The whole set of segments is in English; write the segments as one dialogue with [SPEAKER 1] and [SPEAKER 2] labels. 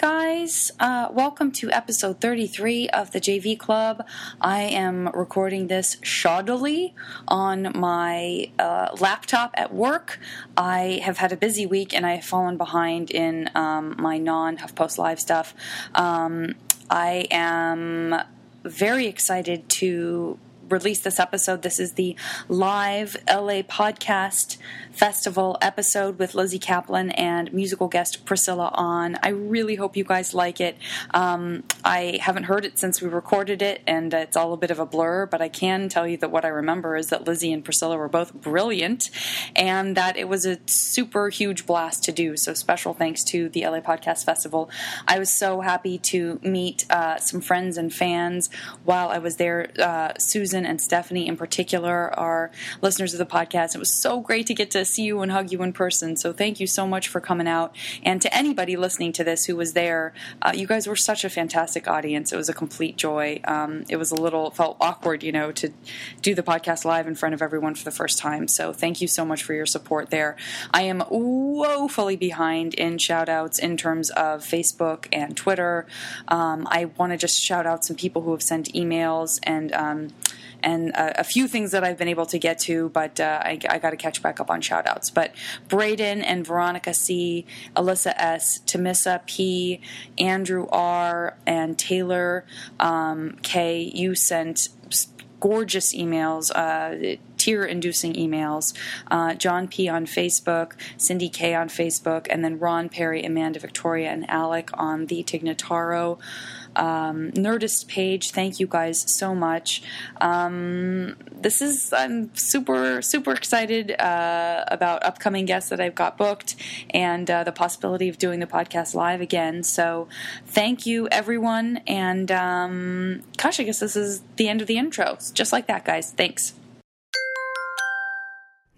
[SPEAKER 1] guys. Uh, welcome to episode 33 of the JV Club. I am recording this shoddily on my uh, laptop at work. I have had a busy week and I have fallen behind in um, my non HuffPost Live stuff. Um, I am very excited to release this episode. This is the live LA Podcast Festival episode with Lizzie Kaplan and musical guest Priscilla on. I really hope you guys like it. Um, I haven't heard it since we recorded it, and it's all a bit of a blur, but I can tell you that what I remember is that Lizzie and Priscilla were both brilliant and that it was a super huge blast to do. So, special thanks to the LA Podcast Festival. I was so happy to meet uh, some friends and fans while I was there. Uh, Susan and Stephanie in particular are listeners of the podcast. It was so great to get to see you and hug you in person. So thank you so much for coming out. And to anybody listening to this who was there, uh, you guys were such a fantastic audience. It was a complete joy. Um, it was a little felt awkward, you know, to do the podcast live in front of everyone for the first time. So thank you so much for your support there. I am woefully behind in shout outs in terms of Facebook and Twitter. Um, I want to just shout out some people who have sent emails and um, and uh, a few things that I've been able to get to, but uh, I, I got to catch back up on shout outs. But Braden and Veronica C, Alyssa S, Tamissa P, Andrew R, and Taylor um, K, you sent gorgeous emails. Uh, tear inducing emails. Uh, John P. on Facebook, Cindy K. on Facebook, and then Ron Perry, Amanda Victoria, and Alec on the Tignataro um, Nerdist page. Thank you guys so much. Um, this is, I'm super, super excited uh, about upcoming guests that I've got booked and uh, the possibility of doing the podcast live again. So thank you, everyone. And um, gosh, I guess this is the end of the intro. Just like that, guys. Thanks.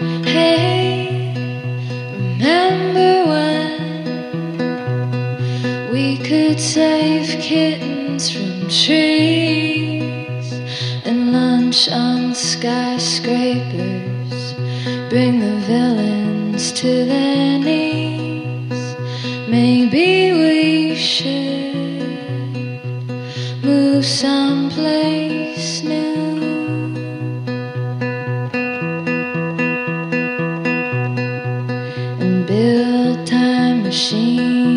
[SPEAKER 2] Hey, remember when we could save kittens from trees and lunch on skyscrapers? Bring the villains to their knees. Maybe we should move someplace new. and build time machines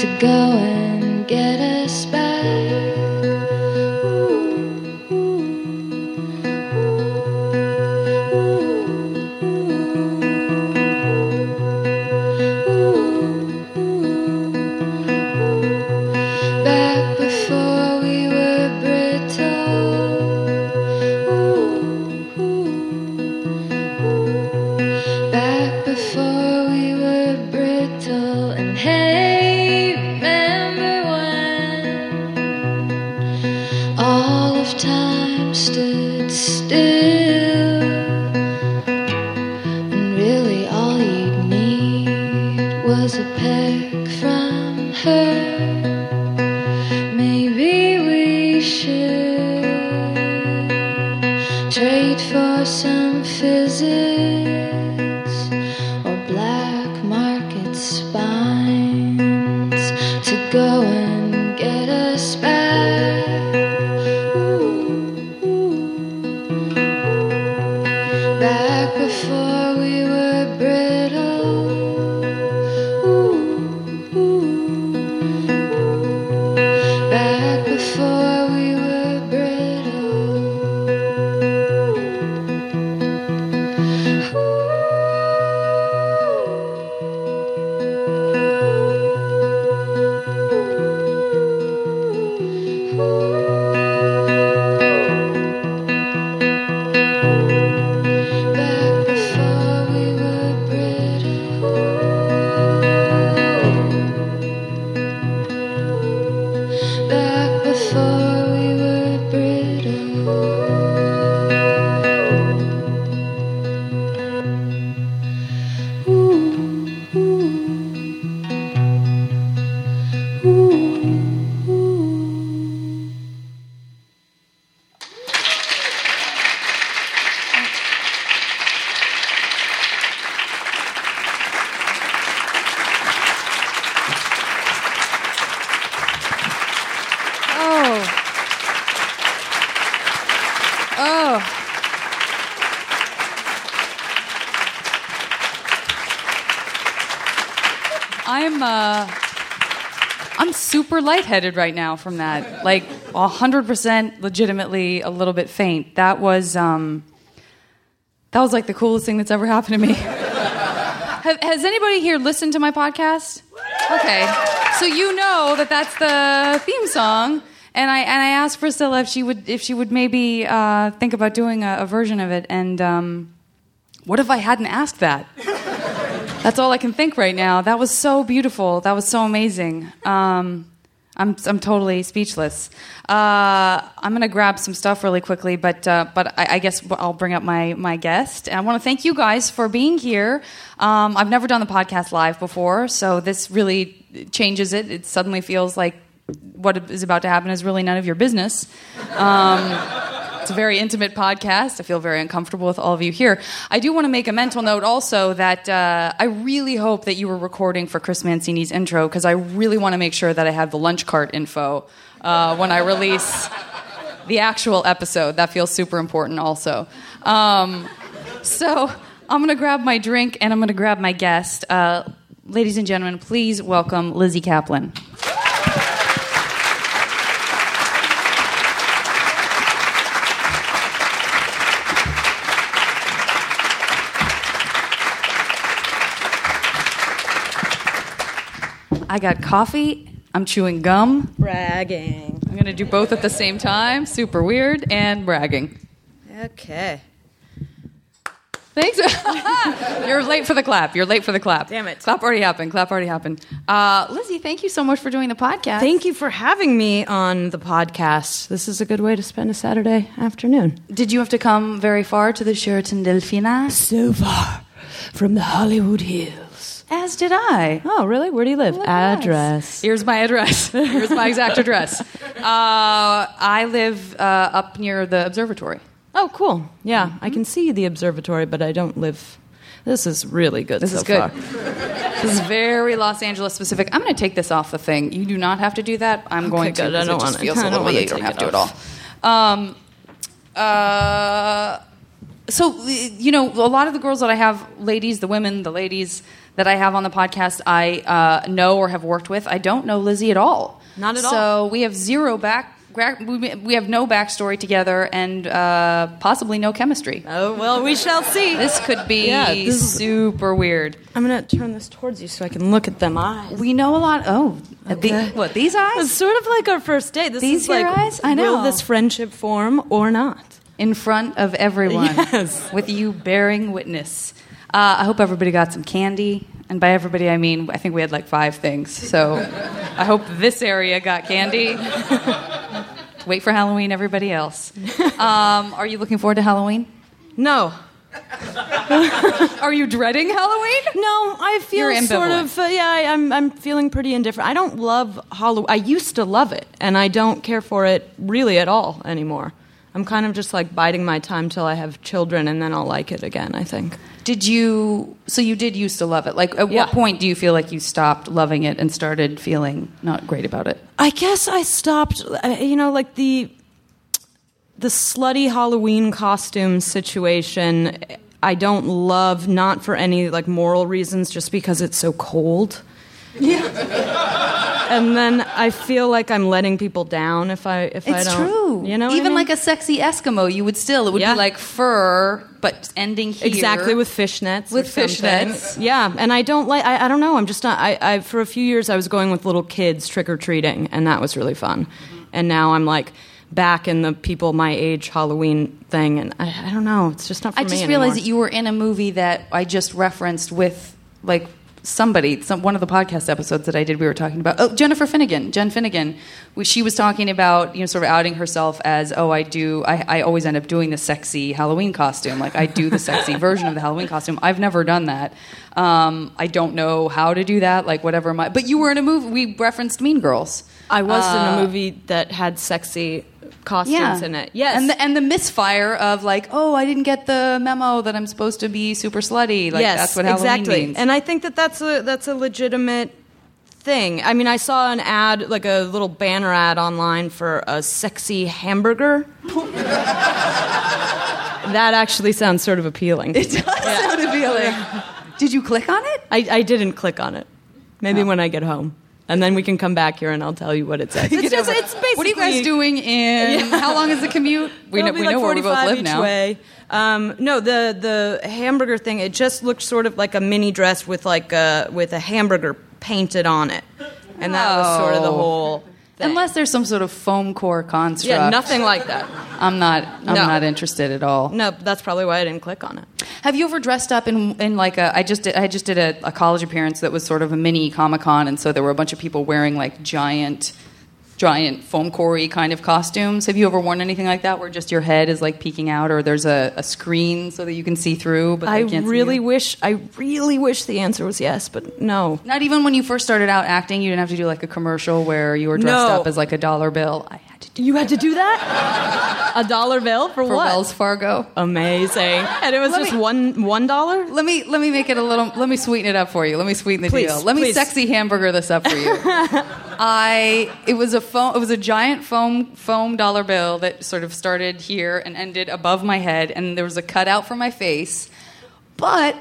[SPEAKER 2] to go and get us back. Ooh, ooh, ooh, ooh. Back before we were brittle. Back before we were brittle, and hey, remember when all of time stood still, and really all you'd need was a peck from her. Maybe we should trade for some physics or black market spines to go and get us back. Ooh, ooh. Back before we were brittle. Ooh, ooh. Back before we were brittle. Ooh.
[SPEAKER 3] Oh. Oh. I'm uh, I'm super lightheaded right now from that. Like 100% legitimately a little bit faint. That was um, that was like the coolest thing that's ever happened to me. Have, has anybody here listened to my podcast? Okay. So you know that that's the theme song. And I, and I asked Priscilla if she would, if she would maybe uh, think about doing a, a version of it. And um, what if I hadn't asked that? That's all I can think right now. That was so beautiful. That was so amazing. Um, I'm, I'm totally speechless. Uh, I'm going to grab some stuff really quickly, but, uh, but I, I guess I'll bring up my, my guest. And I want to thank you guys for being here. Um, I've never done the podcast live before, so this really changes it. It suddenly feels like what is about to happen is really none of your business. It's a very intimate podcast. I feel very uncomfortable with all of you here. I do want to make a mental note also that uh, I really hope that you were recording for Chris Mancini's intro because I really want to make sure that I have the lunch cart info uh, when I release the actual episode. That feels super important also. Um, so I'm going to grab my drink and I'm going to grab my guest. Uh, ladies and gentlemen, please welcome Lizzie Kaplan. I got coffee. I'm chewing gum.
[SPEAKER 4] Bragging.
[SPEAKER 3] I'm going to do both at the same time. Super weird and bragging.
[SPEAKER 4] Okay.
[SPEAKER 3] Thanks. You're late for the clap. You're late for the clap.
[SPEAKER 4] Damn it.
[SPEAKER 3] Clap already happened. Clap already happened. Uh, Lizzie, thank you so much for doing the podcast.
[SPEAKER 4] Thank you for having me on the podcast. This is a good way to spend a Saturday afternoon.
[SPEAKER 3] Did you have to come very far to the Sheraton Delfina?
[SPEAKER 4] So far from the Hollywood Hills.
[SPEAKER 3] As did I.
[SPEAKER 4] Oh, really? Where do you live?
[SPEAKER 3] Look at us.
[SPEAKER 4] Address.
[SPEAKER 3] Here's my address. Here's my exact address. Uh, I live uh, up near the observatory.
[SPEAKER 4] Oh, cool. Yeah, I can see the observatory, but I don't live. This is really good.
[SPEAKER 3] This
[SPEAKER 4] so
[SPEAKER 3] is good.
[SPEAKER 4] far.
[SPEAKER 3] This is very Los Angeles specific. I'm going to take this off the thing. You do not have to do that. I'm going to.
[SPEAKER 4] good. I
[SPEAKER 3] 'cause
[SPEAKER 4] don't
[SPEAKER 3] it just
[SPEAKER 4] wanna-
[SPEAKER 3] feels a
[SPEAKER 4] I don't
[SPEAKER 3] little bit. You don't
[SPEAKER 4] wanna
[SPEAKER 3] have to
[SPEAKER 4] take
[SPEAKER 3] at
[SPEAKER 4] it
[SPEAKER 3] all. Um, uh, so uh, you know, a lot of the girls that I have, ladies, the women, the ladies that I have on the podcast, I uh, know or have worked with. I don't know Lizzie at all.
[SPEAKER 4] Not at
[SPEAKER 3] so So
[SPEAKER 4] all.
[SPEAKER 3] we have zero back. gra- we- We have no backstory together, and uh, possibly no chemistry.
[SPEAKER 4] Oh, well, we shall see.
[SPEAKER 3] This could be
[SPEAKER 4] Yeah, this is-
[SPEAKER 3] super weird.
[SPEAKER 4] I'm going to turn this towards you so I can look at them eyes.
[SPEAKER 3] We know a lot. Oh, the, what these
[SPEAKER 4] It's
[SPEAKER 3] eyes
[SPEAKER 4] sort of like our first date. This
[SPEAKER 3] These
[SPEAKER 4] is like,
[SPEAKER 3] here eyes? I know.
[SPEAKER 4] will this friendship form or not?
[SPEAKER 3] in front of everyone,
[SPEAKER 4] Yes.
[SPEAKER 3] with you bearing witness. Uh, I hope everybody got some candy, and by everybody I mean I think we had like five things. So I hope this area got candy. Wait for Halloween, everybody else. Um, are you looking forward to Halloween?
[SPEAKER 4] No.
[SPEAKER 3] Are you dreading Halloween?
[SPEAKER 4] No, I feel
[SPEAKER 3] You're
[SPEAKER 4] sort
[SPEAKER 3] ambivalent.
[SPEAKER 4] of uh, yeah. I, I'm I'm feeling pretty indifferent. I don't love Halloween. I used to love it, and I don't care for it really at all anymore. I'm kind of just like biding my time till I have children, and then I'll like it again. I think.
[SPEAKER 3] Did you? So you did used to love it. Like, at
[SPEAKER 4] Yeah.
[SPEAKER 3] what point do you feel like you stopped loving it and started feeling not great about it?
[SPEAKER 4] I guess I stopped. uh, You know, like the the slutty Halloween costume situation. I don't love not for any like moral reasons, just because it's so cold. Yeah. and then I feel like I'm letting people down if I if I
[SPEAKER 3] It's
[SPEAKER 4] don't.
[SPEAKER 3] true.
[SPEAKER 4] You know, what I
[SPEAKER 3] even
[SPEAKER 4] mean?
[SPEAKER 3] like a sexy Eskimo, you would still it would
[SPEAKER 4] Yeah.
[SPEAKER 3] be like fur, but ending here.
[SPEAKER 4] Exactly with fishnets. or
[SPEAKER 3] With
[SPEAKER 4] something.
[SPEAKER 3] fishnets.
[SPEAKER 4] Yeah, and I don't like. I, I don't know. I'm just not. I, I for a few years I was going with little kids trick or treating, and that was really fun. And now I'm like back in the people my age Halloween thing, and I, I don't know. It's just not. For
[SPEAKER 3] I
[SPEAKER 4] me
[SPEAKER 3] just realized
[SPEAKER 4] anymore.
[SPEAKER 3] that you were in a movie that I just referenced with like somebody, some one of the podcast episodes that I did. We were talking about oh Jennifer Finnegan, Jen Finnegan. We, she was talking about you know sort of outing herself as oh I do I, I always end up doing the sexy Halloween costume like I do the sexy version of the Halloween costume. I've never done that. Um, I don't know how to do that. Like whatever my but you were in a movie. We referenced Mean Girls.
[SPEAKER 4] I was in
[SPEAKER 3] Uh,
[SPEAKER 4] a movie that had sexy costumes in it. Yes,
[SPEAKER 3] And the, and the misfire of like, oh, I didn't get the memo that I'm supposed to be super slutty. Like
[SPEAKER 4] yes,
[SPEAKER 3] that's what Halloween
[SPEAKER 4] exactly.
[SPEAKER 3] means.
[SPEAKER 4] And I think that that's a that's a legitimate thing. I mean, I saw an ad, like a little banner ad online for a sexy hamburger. that actually sounds sort of appealing.
[SPEAKER 3] it does sound appealing. Did you click on it?
[SPEAKER 4] I, I didn't click on it. Maybe when I get home. And then we can come back here and I'll tell you what it says. It's just, it's basically.
[SPEAKER 3] What are you guys doing in? How long is the commute? We know,
[SPEAKER 4] It'll be
[SPEAKER 3] we
[SPEAKER 4] like
[SPEAKER 3] know where we
[SPEAKER 4] 45
[SPEAKER 3] both live
[SPEAKER 4] each
[SPEAKER 3] now.
[SPEAKER 4] Way. Um, no, the the hamburger thing. It just looked sort of like a mini dress with like a with a hamburger painted on it, and that was sort of the
[SPEAKER 3] Oh.
[SPEAKER 4] whole. Thing.
[SPEAKER 3] Unless there's some sort of foam core construct.
[SPEAKER 4] yeah, nothing like that.
[SPEAKER 3] I'm not. I'm
[SPEAKER 4] No.
[SPEAKER 3] not interested at all.
[SPEAKER 4] No, that's probably why I didn't click on it.
[SPEAKER 3] Have you ever dressed up in in like a? I just did, I just did a, a college appearance that was sort of a mini Comic Con, and so there were a bunch of people wearing like giant, giant foam corey kind of costumes. Have you ever worn anything like that, where just your head is like peeking out, or there's a, a screen so that you can see through? But
[SPEAKER 4] I
[SPEAKER 3] they can't see
[SPEAKER 4] really
[SPEAKER 3] you?
[SPEAKER 4] wish. I really wish the answer was yes, but no.
[SPEAKER 3] Not even when you first started out acting, you didn't have to do like a commercial where you were dressed
[SPEAKER 4] No.
[SPEAKER 3] up as like a dollar bill. I had to do
[SPEAKER 4] You had to do that. a dollar bill for,
[SPEAKER 3] for
[SPEAKER 4] what?
[SPEAKER 3] Wells Fargo.
[SPEAKER 4] Amazing. And it was
[SPEAKER 3] Let
[SPEAKER 4] just
[SPEAKER 3] me-
[SPEAKER 4] one one dollar.
[SPEAKER 3] Let me let me make it a little. Let me sweeten it up for you. Let me sweeten the
[SPEAKER 4] Please,
[SPEAKER 3] deal. Let me
[SPEAKER 4] please.
[SPEAKER 3] sexy hamburger this up for you. I it was a foam. It was a giant foam foam dollar bill that sort of started here and ended above my head, and there was a cutout for my face. But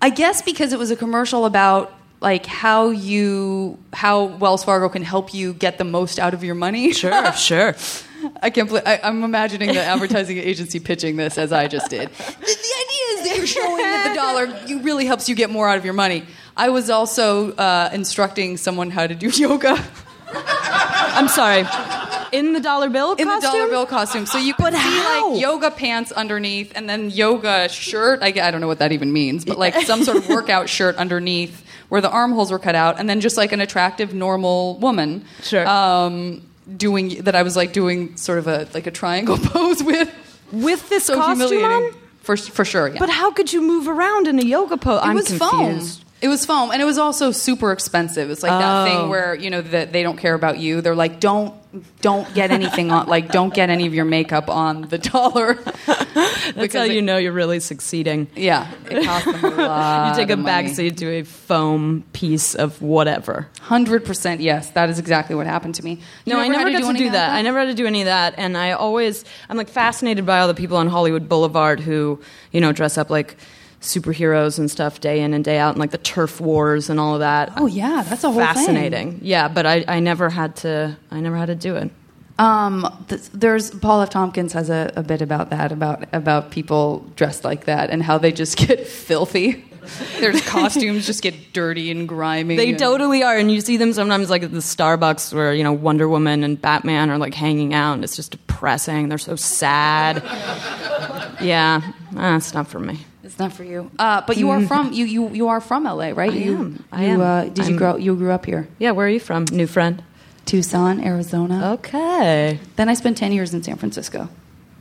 [SPEAKER 3] I guess because it was a commercial about like how you how Wells Fargo can help you get the most out of your money.
[SPEAKER 4] Sure, sure.
[SPEAKER 3] I can't believe I, I'm imagining the advertising agency pitching this as I just did. The, the idea is that you're showing that the dollar you really helps you get more out of your money. I was also uh, instructing someone how to do yoga
[SPEAKER 4] I'm sorry. In the dollar bill
[SPEAKER 3] in the
[SPEAKER 4] costume?
[SPEAKER 3] dollar bill costume. So you could
[SPEAKER 4] But
[SPEAKER 3] see
[SPEAKER 4] how?
[SPEAKER 3] like yoga pants underneath and then yoga shirt. I, I don't know what that even means, but like some sort of workout shirt underneath where the armholes were cut out, and then just like an attractive normal woman.
[SPEAKER 4] Sure.
[SPEAKER 3] Um, doing that I was like doing sort of a like a triangle pose with.
[SPEAKER 4] with this
[SPEAKER 3] so
[SPEAKER 4] costume on?
[SPEAKER 3] humiliating for for sure. Yeah.
[SPEAKER 4] But how could you move around in a yoga pose?
[SPEAKER 3] it
[SPEAKER 4] I'm
[SPEAKER 3] was
[SPEAKER 4] confused.
[SPEAKER 3] foam. It was foam, and it was also super expensive. It's like that
[SPEAKER 4] Oh.
[SPEAKER 3] thing where you know that they don't care about you. They're like, don't don't get anything on, like don't get any of your makeup on the dollar.
[SPEAKER 4] That's how you know you're really succeeding.
[SPEAKER 3] Yeah, it cost them a lot.
[SPEAKER 4] you take a
[SPEAKER 3] of money.
[SPEAKER 4] backseat to a foam piece of whatever.
[SPEAKER 3] Hundred percent. Yes, that is exactly what happened to me. You
[SPEAKER 4] No, I never
[SPEAKER 3] had
[SPEAKER 4] got to do,
[SPEAKER 3] anything
[SPEAKER 4] that.
[SPEAKER 3] like
[SPEAKER 4] I never had to do any of that, and I always I'm like fascinated by all the people on Hollywood Boulevard who you know dress up like superheroes and stuff day in and day out, and like the turf wars and all of that.
[SPEAKER 3] Oh, yeah, that's a whole thing.
[SPEAKER 4] fascinating. Yeah, but I, I never had to I never had to do it.
[SPEAKER 3] Um, th- there's Paul F. Tompkins has a, a bit about that about about people dressed like that and how they just get filthy. Their costumes just get dirty and grimy.
[SPEAKER 4] They
[SPEAKER 3] and-
[SPEAKER 4] totally are, and you see them sometimes like at the Starbucks where you know Wonder Woman and Batman are like hanging out, and it's just depressing. They're so sad. yeah, that's not for me.
[SPEAKER 3] It's not for you. Uh, but you are from you, you you are from LA, right? I you
[SPEAKER 4] am. I
[SPEAKER 3] you,
[SPEAKER 4] am.
[SPEAKER 3] Uh, did
[SPEAKER 4] I'm-
[SPEAKER 3] you grow you grew up here?
[SPEAKER 4] Yeah, where are you from, new friend?
[SPEAKER 3] Tucson, Arizona.
[SPEAKER 4] Okay,
[SPEAKER 3] Then I spent ten years in San Francisco.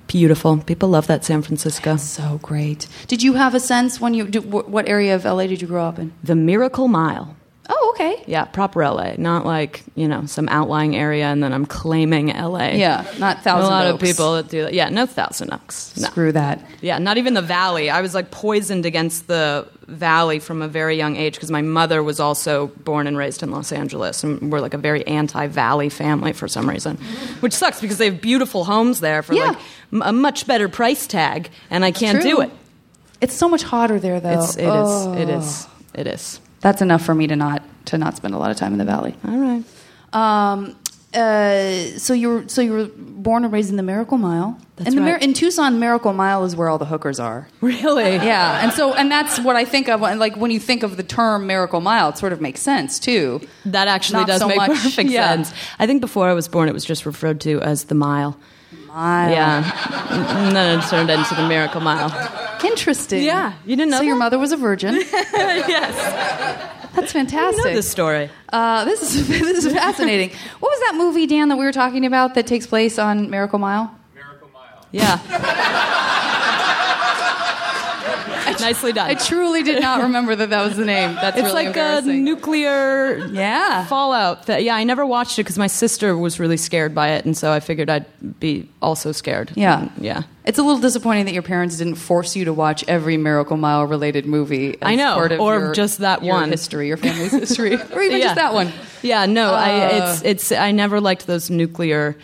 [SPEAKER 4] beautiful. People love that San Francisco.
[SPEAKER 3] So great. Did you have a sense when you did, wh- what area of LA did you grow up in?
[SPEAKER 4] The Miracle Mile.
[SPEAKER 3] Oh, okay.
[SPEAKER 4] Yeah, proper LA, not like you know some outlying area, and then I'm claiming LA.
[SPEAKER 3] Yeah, not
[SPEAKER 4] a
[SPEAKER 3] Thousand
[SPEAKER 4] lot of
[SPEAKER 3] Oaks.
[SPEAKER 4] people that do that. Yeah, no Thousand Oaks. No.
[SPEAKER 3] Screw that.
[SPEAKER 4] Yeah, not even the valley. I was like poisoned against the valley from a very young age because my mother was also born and raised in Los Angeles, and we're like a very anti-valley family for some reason, which sucks because they have beautiful homes there for
[SPEAKER 3] Yeah.
[SPEAKER 4] like m- a much better price tag, and I can't
[SPEAKER 3] True.
[SPEAKER 4] do it.
[SPEAKER 3] It's so much hotter there, though.
[SPEAKER 4] It's it is
[SPEAKER 3] Oh.
[SPEAKER 4] it is it is.
[SPEAKER 3] That's enough for me to not to not spend a lot of time in the valley.
[SPEAKER 4] All right.
[SPEAKER 3] Um, uh, so you were so you were born and raised in the Miracle Mile.
[SPEAKER 4] That's
[SPEAKER 3] in the
[SPEAKER 4] right.
[SPEAKER 3] in Tucson, Miracle Mile is where all the hookers are.
[SPEAKER 4] Really?
[SPEAKER 3] Yeah, and so and that's what I think of. when- Like when you think of the term Miracle Mile, it sort of makes sense too.
[SPEAKER 4] That actually
[SPEAKER 3] Not
[SPEAKER 4] does
[SPEAKER 3] so
[SPEAKER 4] make
[SPEAKER 3] much-
[SPEAKER 4] perfect
[SPEAKER 3] yeah.
[SPEAKER 4] sense. I think before I was born, it was just referred to as the mile.
[SPEAKER 3] Mile.
[SPEAKER 4] Yeah. and then it turned into the miracle mile.
[SPEAKER 3] Interesting.
[SPEAKER 4] Yeah, you didn't know
[SPEAKER 3] So your
[SPEAKER 4] that?
[SPEAKER 3] mother was a virgin.
[SPEAKER 4] yes.
[SPEAKER 3] That's fantastic.
[SPEAKER 4] I know this story.
[SPEAKER 3] Uh, this is this is fascinating. what was that movie, Dan, that we were talking about that takes place on Miracle Mile?
[SPEAKER 4] Yeah. Nicely done.
[SPEAKER 3] I truly did not remember that that was the name. That's
[SPEAKER 4] it's
[SPEAKER 3] really
[SPEAKER 4] like a
[SPEAKER 3] embarrassing.
[SPEAKER 4] nuclear
[SPEAKER 3] Yeah.
[SPEAKER 4] fallout. That, yeah, I never watched it because my sister was really scared by it, and so I figured I'd be also scared.
[SPEAKER 3] Yeah.
[SPEAKER 4] yeah.
[SPEAKER 3] It's a little disappointing that your parents didn't force you to watch every Miracle Mile related movie. As
[SPEAKER 4] I know,
[SPEAKER 3] part of
[SPEAKER 4] or
[SPEAKER 3] your-
[SPEAKER 4] just that
[SPEAKER 3] your
[SPEAKER 4] one.
[SPEAKER 3] history, your family's history, or even just that one.
[SPEAKER 4] Yeah, no, I
[SPEAKER 3] Uh.
[SPEAKER 4] it's it's I never liked those nuclear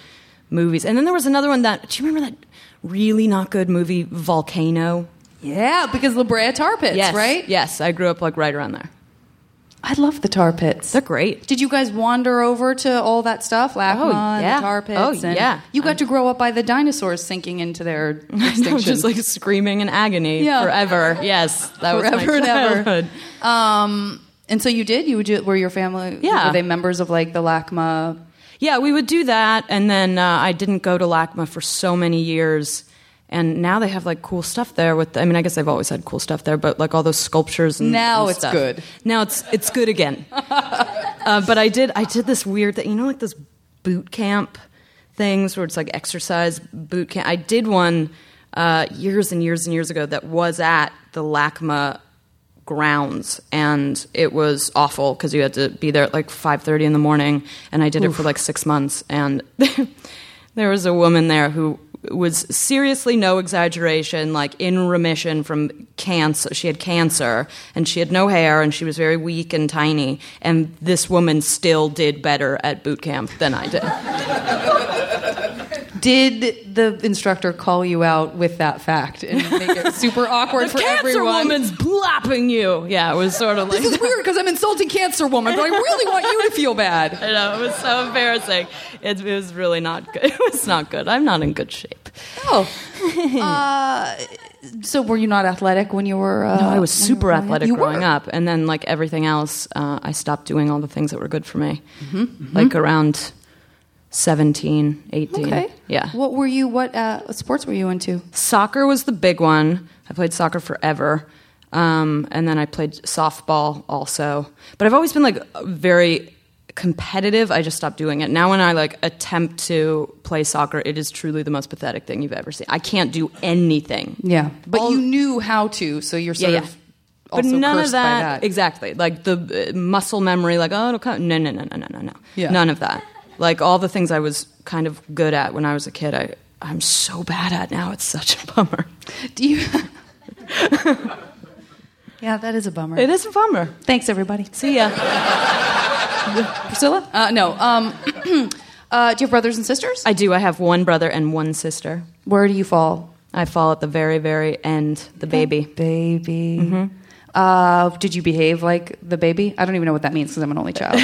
[SPEAKER 4] movies. And then there was another one that do you remember that really not good movie Volcano?
[SPEAKER 3] Yeah, because La Brea Tar Pits,
[SPEAKER 4] yes,
[SPEAKER 3] right?
[SPEAKER 4] Yes, I grew up like right around there.
[SPEAKER 3] I love the tar pits.
[SPEAKER 4] They're great.
[SPEAKER 3] Did you guys wander over to all that stuff, LACMA,
[SPEAKER 4] Oh,
[SPEAKER 3] and
[SPEAKER 4] yeah.
[SPEAKER 3] the tar pits?
[SPEAKER 4] Oh,
[SPEAKER 3] and
[SPEAKER 4] yeah.
[SPEAKER 3] You got to grow up by the dinosaurs sinking into their extinction.
[SPEAKER 4] just like screaming in agony
[SPEAKER 3] Yeah.
[SPEAKER 4] forever. Yes, that was my
[SPEAKER 3] Forever and ever.
[SPEAKER 4] childhood.
[SPEAKER 3] um, and so you did. You would- were your family.
[SPEAKER 4] Yeah.
[SPEAKER 3] Were they members of like the LACMA?
[SPEAKER 4] Yeah, we would do that, and then uh, I didn't go to LACMA for so many years, and now they have like cool stuff there. With I mean, I guess I've always had cool stuff there, but like all those sculptures and
[SPEAKER 3] Now
[SPEAKER 4] and
[SPEAKER 3] it's
[SPEAKER 4] stuff.
[SPEAKER 3] good.
[SPEAKER 4] Now it's it's good again. uh, but I did I did this weird thing, you know, like those boot camp things where it's like exercise boot camp. I did one uh, years and years and years ago that was at the LACMA grounds and it was awful because you had to be there at like 5.30 in the morning and i did it for like six months and there was a woman there who was seriously no exaggeration like in remission from cancer she had cancer and she had no hair and she was very weak and tiny and this woman still did better at boot camp than i did
[SPEAKER 3] Did the instructor call you out with that fact and make it super awkward for
[SPEAKER 4] cancer
[SPEAKER 3] everyone?
[SPEAKER 4] woman's blapping you yeah it was sort of like
[SPEAKER 3] This is
[SPEAKER 4] that.
[SPEAKER 3] weird because I'm insulting cancer woman, but I really want you to feel bad.
[SPEAKER 4] I know it was so embarrassing. It, it was really not good. It was not good. I'm not in good shape.
[SPEAKER 3] Oh. Uh, so were you not athletic when you were? Uh,
[SPEAKER 4] No, I was super athletic
[SPEAKER 3] You
[SPEAKER 4] growing
[SPEAKER 3] were.
[SPEAKER 4] up, and then like everything else, uh, I stopped doing all the things that were good for me.
[SPEAKER 3] Mm-hmm.
[SPEAKER 4] Like around 17, 18.
[SPEAKER 3] Okay.
[SPEAKER 4] Yeah.
[SPEAKER 3] What were you? What uh, what sports were you into?
[SPEAKER 4] soccer was the big one. I played soccer forever. Um, and then I played softball also. But I've always been like very competitive. I just stopped doing it. Now when I like attempt to play soccer, it is truly the most pathetic thing you've ever seen. I can't do anything.
[SPEAKER 3] but
[SPEAKER 4] All-
[SPEAKER 3] you knew how to, so you're sort
[SPEAKER 4] yeah, yeah.
[SPEAKER 3] of.
[SPEAKER 4] But
[SPEAKER 3] also
[SPEAKER 4] none of
[SPEAKER 3] cursed by
[SPEAKER 4] that, exactly. Like the uh, muscle memory, like oh, it'll come. No, no, no, no, no, no, no.
[SPEAKER 3] Yeah.
[SPEAKER 4] None of that. Like all the things I was kind of good at when I was a kid, I I'm so bad at now. It's such a bummer.
[SPEAKER 3] Do you? yeah, that is a bummer.
[SPEAKER 4] It is a bummer.
[SPEAKER 3] Thanks, everybody.
[SPEAKER 4] See ya.
[SPEAKER 3] Priscilla? Uh, no. Um, uh, do you have brothers and sisters?
[SPEAKER 4] I do. I have one brother and one sister.
[SPEAKER 3] Where do you fall?
[SPEAKER 4] I fall at the very, very end, the baby.
[SPEAKER 3] Baby. Uh, did you behave like the baby? I don't even know what that means because I'm an only child.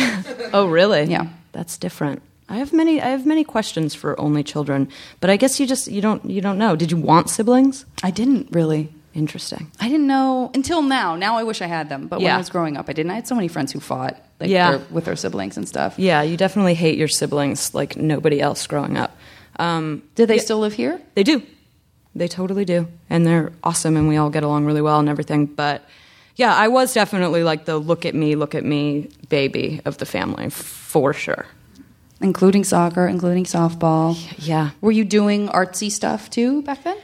[SPEAKER 4] Oh, really?
[SPEAKER 3] Yeah.
[SPEAKER 4] That's different. I have many I have many questions for only children, but I guess you just you don't you don't know. Did you want siblings?
[SPEAKER 3] I didn't really.
[SPEAKER 4] Interesting.
[SPEAKER 3] I didn't know until now. Now I wish I had them, but when
[SPEAKER 4] Yeah.
[SPEAKER 3] I was growing up, I didn't. I had so many friends who fought like
[SPEAKER 4] Yeah.
[SPEAKER 3] their, with their siblings and stuff.
[SPEAKER 4] Yeah, you definitely hate your siblings like nobody else growing up. Um,
[SPEAKER 3] Do they
[SPEAKER 4] yeah,
[SPEAKER 3] still live here?
[SPEAKER 4] They do. They totally do. And they're awesome and we all get along really well and everything, but yeah, I was definitely like the look at me, look at me baby of the family for sure.
[SPEAKER 3] Including soccer, including softball.
[SPEAKER 4] Yeah.
[SPEAKER 3] Were you doing artsy stuff too back then?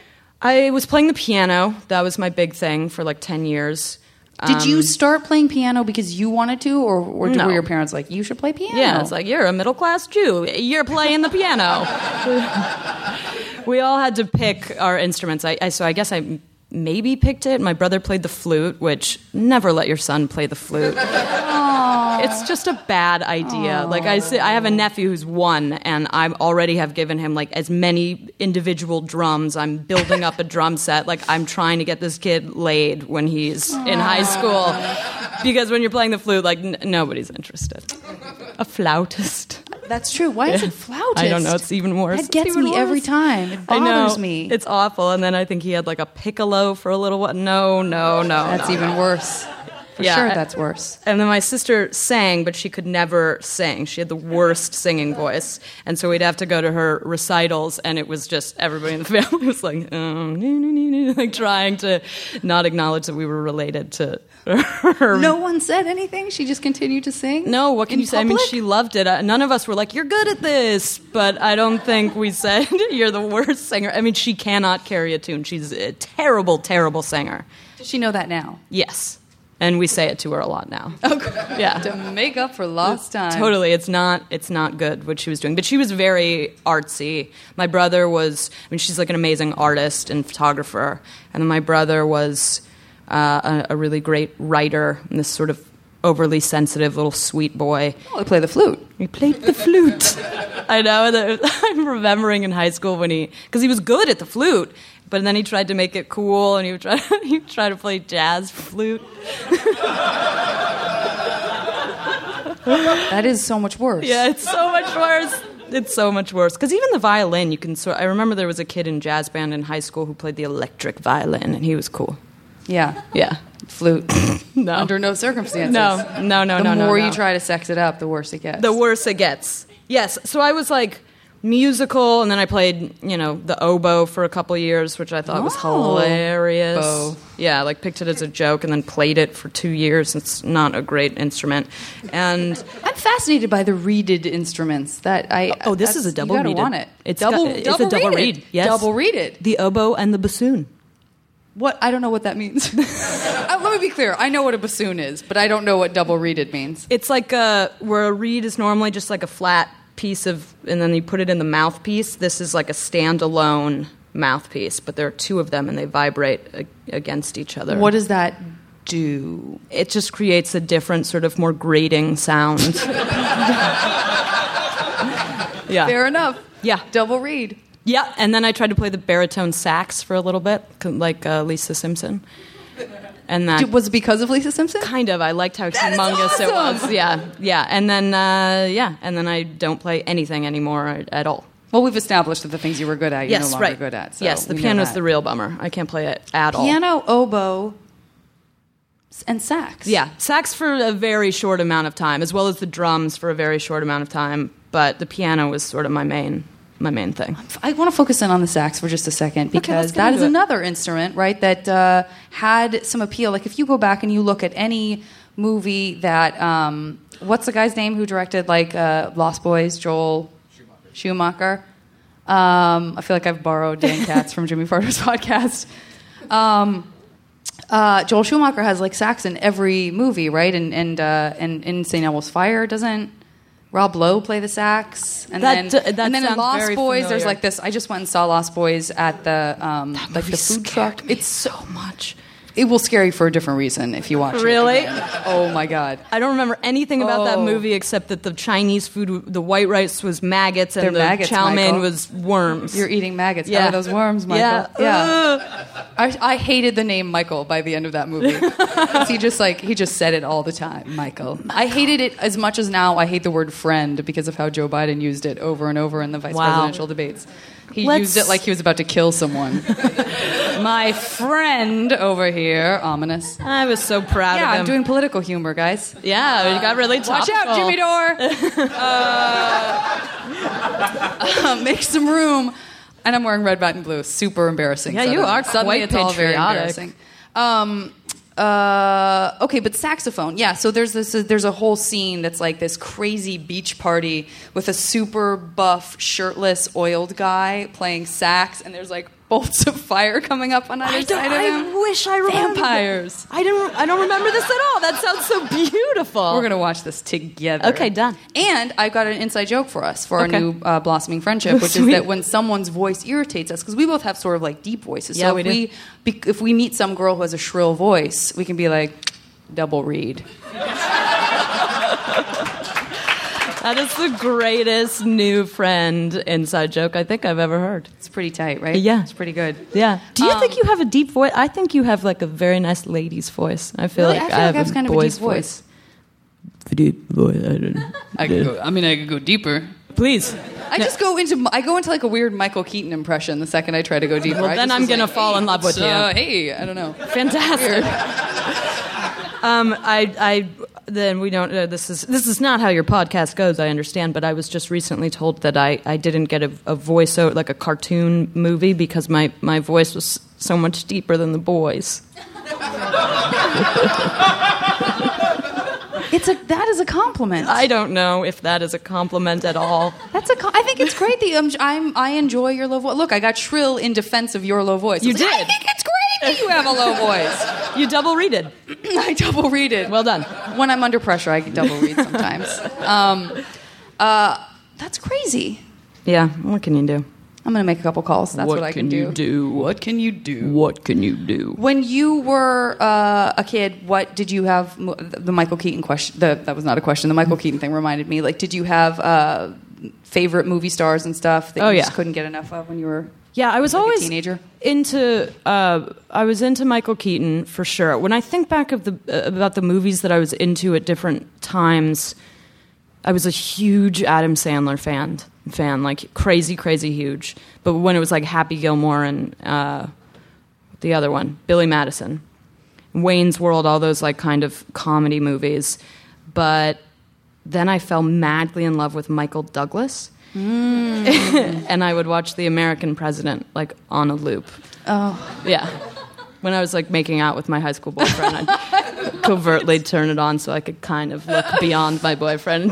[SPEAKER 4] I was playing the piano. That was my big thing for like 10 years.
[SPEAKER 3] Did you start playing piano because you wanted to, or, or
[SPEAKER 4] No.
[SPEAKER 3] were your parents like, you should play piano?
[SPEAKER 4] Yeah, it's like you're a middle class Jew. You're playing the piano. we all had to pick our instruments. I, I, so I guess I m- maybe picked it. My brother played the flute, which never let your son play the flute. It's just a bad idea. Like I, s- I have a nephew who's one, and I already have given him like as many individual drums. I'm building up a drum set. Like I'm trying to get this kid laid when he's in high school, because when you're playing the flute, like n- nobody's interested. A flautist.
[SPEAKER 3] That's true. Why is it flautist?
[SPEAKER 4] I don't know. It's even worse.
[SPEAKER 3] That gets
[SPEAKER 4] It's even
[SPEAKER 3] me every
[SPEAKER 4] worse.
[SPEAKER 3] time. It
[SPEAKER 4] I know.
[SPEAKER 3] bothers me.
[SPEAKER 4] It's awful. And then I think he had like a piccolo for a little while. No, no, no.
[SPEAKER 3] that's
[SPEAKER 4] no.
[SPEAKER 3] even worse. For
[SPEAKER 4] Yeah.
[SPEAKER 3] sure, that's worse.
[SPEAKER 4] And then my sister sang, but she could never sing. She had the worst singing voice. And so we'd have to go to her recitals, and it was just everybody in the family was like, um, nee, nee, nee, nee, like trying to not acknowledge that we were related to her.
[SPEAKER 3] No one said anything. She just continued to sing.
[SPEAKER 4] No, what can
[SPEAKER 3] in
[SPEAKER 4] you say? I mean,
[SPEAKER 3] public?
[SPEAKER 4] she loved it. Uh, None of us were like, "You're good at this," but I don't think we said you're the worst singer. I mean, she cannot carry a tune. She's a terrible, terrible singer.
[SPEAKER 3] Does she know that now?
[SPEAKER 4] Yes, and we say it to her a lot now. Okay, yeah,
[SPEAKER 3] To make up for lost Oh, time.
[SPEAKER 4] totally. It's not, it's not good what she was doing, but she was very artsy. My brother was. I mean, she's like an amazing artist and photographer, and then my brother was uh, a, a really great writer and this sort of overly sensitive little sweet boy.
[SPEAKER 3] Oh, I play the flute.
[SPEAKER 4] He played the flute. I know. that- I'm remembering in high school when he, because he was good at the flute, but then he tried to make it cool and he would try, he would try to play jazz flute.
[SPEAKER 3] That is so much worse.
[SPEAKER 4] Yeah, it's so much worse. It's so much worse because even the violin, you can sort. I remember there was a kid in jazz band in high school who played the electric violin, and he was cool.
[SPEAKER 3] Yeah.
[SPEAKER 4] Yeah,
[SPEAKER 3] Flute.
[SPEAKER 4] no,
[SPEAKER 3] Under no circumstances.
[SPEAKER 4] Oh. no, no, no,
[SPEAKER 3] The
[SPEAKER 4] no, no.
[SPEAKER 3] more
[SPEAKER 4] no.
[SPEAKER 3] you try to sex it up, the worse it gets.
[SPEAKER 4] the worse it gets. Yes. So I was like musical, and then I played, you know, the oboe for a couple years, which I thought was
[SPEAKER 3] Oh.
[SPEAKER 4] hilarious.
[SPEAKER 3] Bow.
[SPEAKER 4] Yeah, like picked it as a joke and then played it for two years. It's not a great instrument, and
[SPEAKER 3] I'm fascinated by the reeded instruments that I.
[SPEAKER 4] Oh, this is
[SPEAKER 3] that's-
[SPEAKER 4] a double
[SPEAKER 3] You gotta
[SPEAKER 4] reeded.
[SPEAKER 3] want it.
[SPEAKER 4] It's
[SPEAKER 3] double.
[SPEAKER 4] got- it's
[SPEAKER 3] double
[SPEAKER 4] a double
[SPEAKER 3] reeded.
[SPEAKER 4] reed, yes.
[SPEAKER 3] Double reeded.
[SPEAKER 4] the oboe and the bassoon.
[SPEAKER 3] What I don't know what that means. Uh, let me be clear. I know what a bassoon is, but I don't know what double reeded means.
[SPEAKER 4] It's like a, where a reed is normally just like a flat piece of, and then you put it in the mouthpiece. This is like a standalone mouthpiece, but there are two of them and they vibrate a- against each other.
[SPEAKER 3] What does that do?
[SPEAKER 4] It just creates a different sort of more grating sound. yeah.
[SPEAKER 3] Fair enough.
[SPEAKER 4] Yeah.
[SPEAKER 3] Double reed.
[SPEAKER 4] Yeah, and then I tried to play the baritone sax for a little bit, c- like uh, Lisa Simpson. And that
[SPEAKER 3] Did- was it because of Lisa Simpson?
[SPEAKER 4] kind of. I liked how
[SPEAKER 3] is
[SPEAKER 4] humongous it
[SPEAKER 3] awesome!
[SPEAKER 4] was. Yeah, yeah. And then, uh, yeah, and then I don't play anything anymore at all.
[SPEAKER 3] Well, we've established that the things you were good at, you're no longer good at. So
[SPEAKER 4] yes, the
[SPEAKER 3] we know
[SPEAKER 4] piano's
[SPEAKER 3] that.
[SPEAKER 4] the real bummer. I can't play it at all.
[SPEAKER 3] piano, oboe, s- and sax.
[SPEAKER 4] Yeah, sax for a very short amount of time, as well as the drums for a very short amount of time. But the piano was sort of my main, my main thing.
[SPEAKER 3] I want to focus in on the sax for just a second because
[SPEAKER 4] let's get
[SPEAKER 3] that
[SPEAKER 4] into
[SPEAKER 3] is
[SPEAKER 4] it.
[SPEAKER 3] another instrument, right? That uh, had some appeal. Like if you go back and you look at any movie that um, what's the guy's name who directed like uh, Lost Boys, Joel Schumacher. Um, I feel like I've borrowed Dan Katz from Jimmy Carter's podcast. Um, uh, Joel Schumacher has like sax in every movie, right? And and uh, and in St. Elmo's Fire doesn't Rob Lowe play the sax? And
[SPEAKER 4] That
[SPEAKER 3] then
[SPEAKER 4] d- that
[SPEAKER 3] and then in
[SPEAKER 4] sounds
[SPEAKER 3] Lost
[SPEAKER 4] very
[SPEAKER 3] Boys, there's
[SPEAKER 4] familiar.
[SPEAKER 3] like this. I just went and saw Lost Boys at the um, like the
[SPEAKER 4] movie
[SPEAKER 3] food
[SPEAKER 4] scared
[SPEAKER 3] truck.
[SPEAKER 4] me
[SPEAKER 3] It's so much. It will scare you for a different reason if you watch it.
[SPEAKER 4] Really?
[SPEAKER 3] again. Oh my god.
[SPEAKER 4] I don't remember anything about that
[SPEAKER 3] Oh.
[SPEAKER 4] movie except that the Chinese food, the white rice was maggots, and
[SPEAKER 3] They're
[SPEAKER 4] the
[SPEAKER 3] maggots,
[SPEAKER 4] chow mein
[SPEAKER 3] Michael.
[SPEAKER 4] was worms.
[SPEAKER 3] You're eating maggots. Yeah,
[SPEAKER 4] Yeah.
[SPEAKER 3] those worms, Michael.
[SPEAKER 4] Yeah.
[SPEAKER 3] I, I hated the name Michael by the end of that movie. 'Cause he just like he just said it all the time, Michael. I hated it as much as now I hate the word friend because of how Joe Biden used it over and over in the vice
[SPEAKER 4] Wow.
[SPEAKER 3] presidential debates. He
[SPEAKER 4] Let's-
[SPEAKER 3] used it like he was about to kill someone. My friend over here, ominous.
[SPEAKER 4] I was so proud
[SPEAKER 3] Yeah,
[SPEAKER 4] of him.
[SPEAKER 3] I'm doing political humor, guys.
[SPEAKER 4] yeah, you got really
[SPEAKER 3] Watch
[SPEAKER 4] topical.
[SPEAKER 3] out, Jimmy Dore. uh, make some room. And I'm wearing red, white, and blue. Super embarrassing.
[SPEAKER 4] Yeah, you
[SPEAKER 3] Suddenly-
[SPEAKER 4] are
[SPEAKER 3] Suddenly
[SPEAKER 4] quite
[SPEAKER 3] it's all very
[SPEAKER 4] patriotic.
[SPEAKER 3] embarrassing. Um, uh, okay, but saxophone. Yeah, so there's this. There's a whole scene that's like this crazy beach party with a super buff, shirtless, oiled guy playing sax, and there's like bolts of fire coming up on either
[SPEAKER 4] I, don't,
[SPEAKER 3] side of him.
[SPEAKER 4] I wish I remembered.
[SPEAKER 3] Vampires.
[SPEAKER 4] I don't. I don't remember this at all. That sounds so beautiful.
[SPEAKER 3] We're gonna watch this together.
[SPEAKER 4] Okay, done.
[SPEAKER 3] And I've got an inside joke for us for
[SPEAKER 4] Okay.
[SPEAKER 3] our new uh, blossoming friendship, which is
[SPEAKER 4] Sweet.
[SPEAKER 3] that when someone's voice irritates us, because we both have sort of like deep voices.
[SPEAKER 4] Yeah,
[SPEAKER 3] so
[SPEAKER 4] we
[SPEAKER 3] if
[SPEAKER 4] do.
[SPEAKER 3] we be, if we meet some girl who has a shrill voice, we can be like double read.
[SPEAKER 4] That is the greatest new friend inside joke I think I've ever heard.
[SPEAKER 3] It's pretty tight, right?
[SPEAKER 4] Yeah.
[SPEAKER 3] it's pretty good.
[SPEAKER 4] Yeah. Do you
[SPEAKER 3] Um,
[SPEAKER 4] think you have a deep voice? I think you have like a very nice lady's voice. I feel
[SPEAKER 3] Really? I
[SPEAKER 4] like
[SPEAKER 3] feel like I have
[SPEAKER 4] a
[SPEAKER 3] kind of a
[SPEAKER 4] boy's
[SPEAKER 3] deep voice.
[SPEAKER 4] Deep voice. I don't know.
[SPEAKER 3] I could go. I mean, I could go deeper.
[SPEAKER 4] Please.
[SPEAKER 3] I just go into I go into like a weird Michael Keaton impression the second I try to go deeper.
[SPEAKER 4] Well,
[SPEAKER 3] I
[SPEAKER 4] then
[SPEAKER 3] just
[SPEAKER 4] I'm
[SPEAKER 3] was
[SPEAKER 4] gonna
[SPEAKER 3] like,
[SPEAKER 4] fall in
[SPEAKER 3] "Hey,
[SPEAKER 4] love with
[SPEAKER 3] what's, uh, hey, I don't know.
[SPEAKER 4] Fantastic. um, I, I, then we don't. Uh, this is this is not how your podcast goes. I understand, but I was just recently told that I, I didn't get a, a voice out like a cartoon movie because my my voice was so much deeper than the boys.
[SPEAKER 3] It's a that is a compliment.
[SPEAKER 4] I don't know if that is a compliment at all.
[SPEAKER 3] That's a. co- I think it's great that you, um, I'm. I enjoy your low voice. Look, I got shrill in defense of your low voice. I
[SPEAKER 4] You
[SPEAKER 3] was like,
[SPEAKER 4] did.
[SPEAKER 3] I think it's great that you have a low voice.
[SPEAKER 4] You double read it.
[SPEAKER 3] I double read it.
[SPEAKER 4] Well done.
[SPEAKER 3] When I'm under pressure, I double read sometimes. um, uh, that's crazy.
[SPEAKER 4] Yeah. What can you do?
[SPEAKER 3] I'm gonna make a couple calls. That's what, I can, do.
[SPEAKER 4] What can you do? What can you do?
[SPEAKER 3] When you were uh, a kid, what did you have? mo- The Michael Keaton question. The, that was not a question. The Michael Keaton thing reminded me. Like, did you have uh, favorite movie stars and stuff that
[SPEAKER 4] Oh,
[SPEAKER 3] you
[SPEAKER 4] yeah.
[SPEAKER 3] just couldn't get enough of when you were?
[SPEAKER 4] Yeah, I was
[SPEAKER 3] Like a
[SPEAKER 4] always
[SPEAKER 3] teenager?
[SPEAKER 4] into. Uh, I was into Michael Keaton for sure. When I think back of the uh, about the movies that I was into at different times, I was a huge Adam Sandler fan, fan like crazy, crazy huge. But when it was like Happy Gilmore and uh, the other one, Billy Madison, Wayne's World, all those like kind of comedy movies. But then I fell madly in love with Michael Douglas.
[SPEAKER 3] Mm.
[SPEAKER 4] and I would watch The American President like on a loop. Oh. Yeah. When I was like making out with my high school boyfriend, I'd covertly turn it on so I could kind of look beyond my boyfriend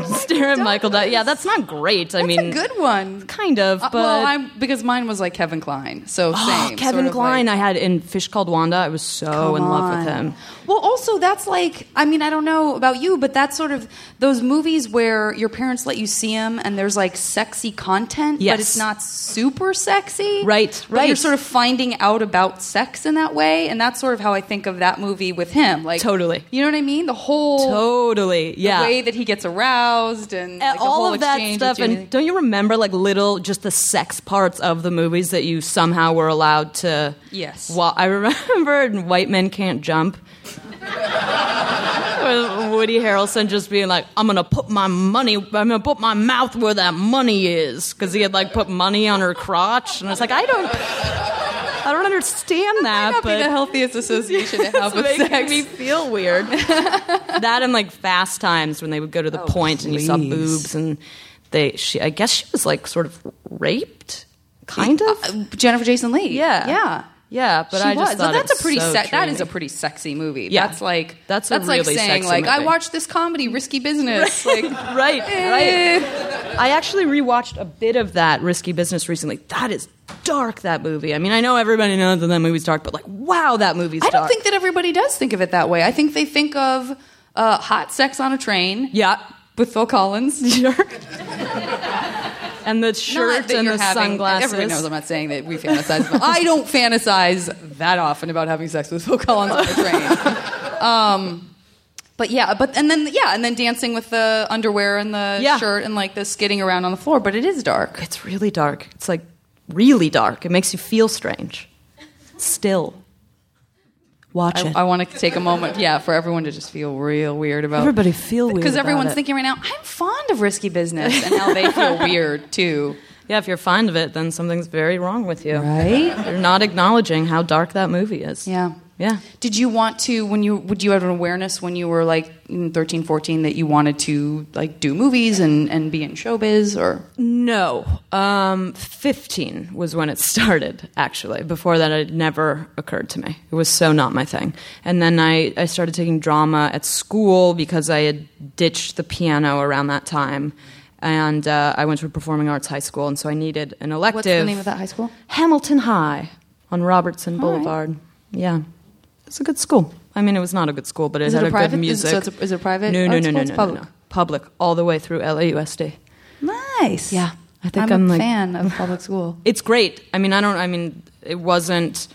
[SPEAKER 4] and stare at Michael Douglas. Yeah, that's not great. I
[SPEAKER 3] That's
[SPEAKER 4] mean,
[SPEAKER 3] a good one.
[SPEAKER 4] kind of,
[SPEAKER 3] Uh,
[SPEAKER 4] but
[SPEAKER 3] well, I'm because mine was like Kevin Klein, so
[SPEAKER 4] Oh,
[SPEAKER 3] same.
[SPEAKER 4] Kevin
[SPEAKER 3] sort of
[SPEAKER 4] Klein,
[SPEAKER 3] like-
[SPEAKER 4] I had in Fish Called Wanda. I was so in love with him.
[SPEAKER 3] Well, also that's like I mean I don't know about you, but that's sort of those movies where your parents let you see them, and there's like sexy content,
[SPEAKER 4] Yes.
[SPEAKER 3] but it's not super sexy,
[SPEAKER 4] Right,
[SPEAKER 3] But you're
[SPEAKER 4] right.
[SPEAKER 3] sort of finding out about sex in that way, and that's sort of how I think of that movie with him. Like
[SPEAKER 4] Totally.
[SPEAKER 3] you know what I mean? The whole
[SPEAKER 4] Totally,
[SPEAKER 3] the
[SPEAKER 4] yeah.
[SPEAKER 3] way that he gets aroused and
[SPEAKER 4] And
[SPEAKER 3] like, the
[SPEAKER 4] all
[SPEAKER 3] whole
[SPEAKER 4] of that
[SPEAKER 3] exchange with
[SPEAKER 4] stuff,
[SPEAKER 3] Jamie Lee-
[SPEAKER 4] and don't you remember like little, just the sex parts of the movies that you somehow were allowed to?
[SPEAKER 3] Yes.
[SPEAKER 4] Wa- I remember in White Men Can't Jump. with Woody Harrelson just being like, "I'm gonna put my money, I'm gonna put my mouth where that money is," because he had like put money on her crotch, and I was like, "I don't, I don't understand that."
[SPEAKER 3] Might not
[SPEAKER 4] but
[SPEAKER 3] be the healthiest association to have
[SPEAKER 4] It's
[SPEAKER 3] with
[SPEAKER 4] making
[SPEAKER 3] sex.
[SPEAKER 4] me feel weird. that and like fast times when they would go to the point and you saw
[SPEAKER 3] Oh, please.
[SPEAKER 4] boobs and they. She, I guess she was like sort of raped, kind of.
[SPEAKER 3] Uh, Jennifer Jason Lee.
[SPEAKER 4] Yeah,
[SPEAKER 3] yeah.
[SPEAKER 4] yeah. But
[SPEAKER 3] she
[SPEAKER 4] I just
[SPEAKER 3] was. but
[SPEAKER 4] thought
[SPEAKER 3] that's
[SPEAKER 4] it
[SPEAKER 3] a pretty
[SPEAKER 4] so
[SPEAKER 3] se- that is a
[SPEAKER 4] dreamy.
[SPEAKER 3] pretty sexy movie.
[SPEAKER 4] Yeah.
[SPEAKER 3] That's like
[SPEAKER 4] That's a
[SPEAKER 3] that's
[SPEAKER 4] really
[SPEAKER 3] like saying
[SPEAKER 4] sexy
[SPEAKER 3] like I
[SPEAKER 4] movie.
[SPEAKER 3] watched this comedy Risky Business. Like
[SPEAKER 4] Right,
[SPEAKER 3] eh.
[SPEAKER 4] right. I actually rewatched a bit of that Risky Business recently. That is dark. That movie. I mean, I know everybody knows that that movie's dark, but like, wow, that movie's
[SPEAKER 3] I
[SPEAKER 4] dark.
[SPEAKER 3] don't think that everybody does think of it that way. I think they think of uh, hot sex on a train.
[SPEAKER 4] Yeah.
[SPEAKER 3] With Phil Collins.
[SPEAKER 4] Sure. and the shirt
[SPEAKER 3] Not that
[SPEAKER 4] and
[SPEAKER 3] you're
[SPEAKER 4] the
[SPEAKER 3] having-
[SPEAKER 4] sunglasses.
[SPEAKER 3] Everybody knows I'm not saying that we fantasize. about- I don't fantasize that often about having sex with Phil Collins on a train. Um, but yeah, but and then yeah, and then dancing with the underwear and the
[SPEAKER 4] Yeah.
[SPEAKER 3] shirt and like the skidding around on the floor. But it is dark.
[SPEAKER 4] It's really dark. It's like really dark. It makes you feel strange. Still. Watch
[SPEAKER 3] I,
[SPEAKER 4] it.
[SPEAKER 3] I want to take a moment, yeah, for everyone to just feel real weird about.
[SPEAKER 4] Everybody feel weird
[SPEAKER 3] because
[SPEAKER 4] about
[SPEAKER 3] everyone's
[SPEAKER 4] it.
[SPEAKER 3] thinking right now, I'm fond of risky business, and now they feel weird too,
[SPEAKER 4] yeah, if you're fond of it, then something's very wrong with you.
[SPEAKER 3] right?
[SPEAKER 4] You're not acknowledging how dark that movie is.
[SPEAKER 3] Yeah,
[SPEAKER 4] Yeah.
[SPEAKER 3] Did you want to when you would you have an awareness when you were like in 13, 14 that you wanted to like do movies and and be in showbiz or
[SPEAKER 4] No. Um, 15 was when it started, actually. Before that, it had never occurred to me. It was so not my thing. And then I, I started taking drama at school because I had ditched the piano around that time. And uh, I went to a performing arts high school, and so I needed an elective.
[SPEAKER 3] what's the name of that high school?
[SPEAKER 4] Hamilton High on Robertson Boulevard. Yeah. It's a good school. I mean, it was not a good school, but it
[SPEAKER 3] Is it
[SPEAKER 4] had
[SPEAKER 3] a
[SPEAKER 4] a
[SPEAKER 3] private-
[SPEAKER 4] good
[SPEAKER 3] is-
[SPEAKER 4] music.
[SPEAKER 3] so it's a- is it a private
[SPEAKER 4] No, no,
[SPEAKER 3] arts
[SPEAKER 4] no,
[SPEAKER 3] school?
[SPEAKER 4] no,
[SPEAKER 3] It's
[SPEAKER 4] no,
[SPEAKER 3] public.
[SPEAKER 4] no, public, all the way through LAUSD.
[SPEAKER 3] Nice.
[SPEAKER 4] Yeah. I think
[SPEAKER 3] I'm,
[SPEAKER 4] I'm,
[SPEAKER 3] a
[SPEAKER 4] like-
[SPEAKER 3] fan of public school.
[SPEAKER 4] It's great. I mean, I don't. I mean, it wasn't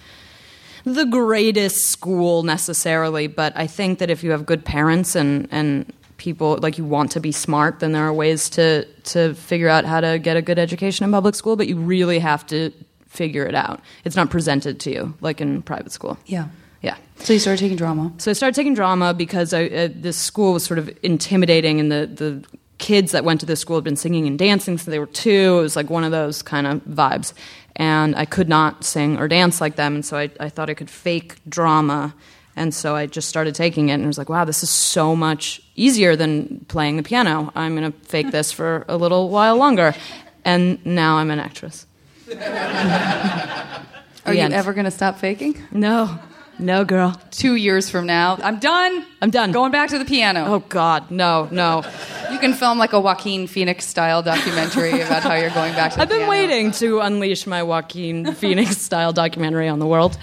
[SPEAKER 4] the greatest school necessarily, but I think that if you have good parents and and people like you want to be smart, then there are ways to to figure out how to get a good education in public school. But you really have to figure it out. It's not presented to you like in private school.
[SPEAKER 3] Yeah.
[SPEAKER 4] Yeah.
[SPEAKER 3] So you started taking drama.
[SPEAKER 4] So I started taking drama because I, uh, this school was sort of intimidating, and the, the kids that went to this school had been singing and dancing since they were two. It was like one of those kind of vibes. And I could not sing or dance like them, and so I, I thought I could fake drama. And so I just started taking it, and I was like, wow, this is so much easier than playing the piano. I'm going to fake this for a little while longer. And now I'm an actress.
[SPEAKER 3] Are
[SPEAKER 4] The
[SPEAKER 3] you
[SPEAKER 4] end.
[SPEAKER 3] ever going to stop faking?
[SPEAKER 4] No, no, girl.
[SPEAKER 3] Two years from now, I'm done.
[SPEAKER 4] I'm done.
[SPEAKER 3] Going back to the piano.
[SPEAKER 4] Oh, God, no, no.
[SPEAKER 3] You can film like a Joaquin Phoenix style documentary about how you're going back to the
[SPEAKER 4] I've been
[SPEAKER 3] piano.
[SPEAKER 4] waiting to unleash my Joaquin Phoenix style documentary on the world.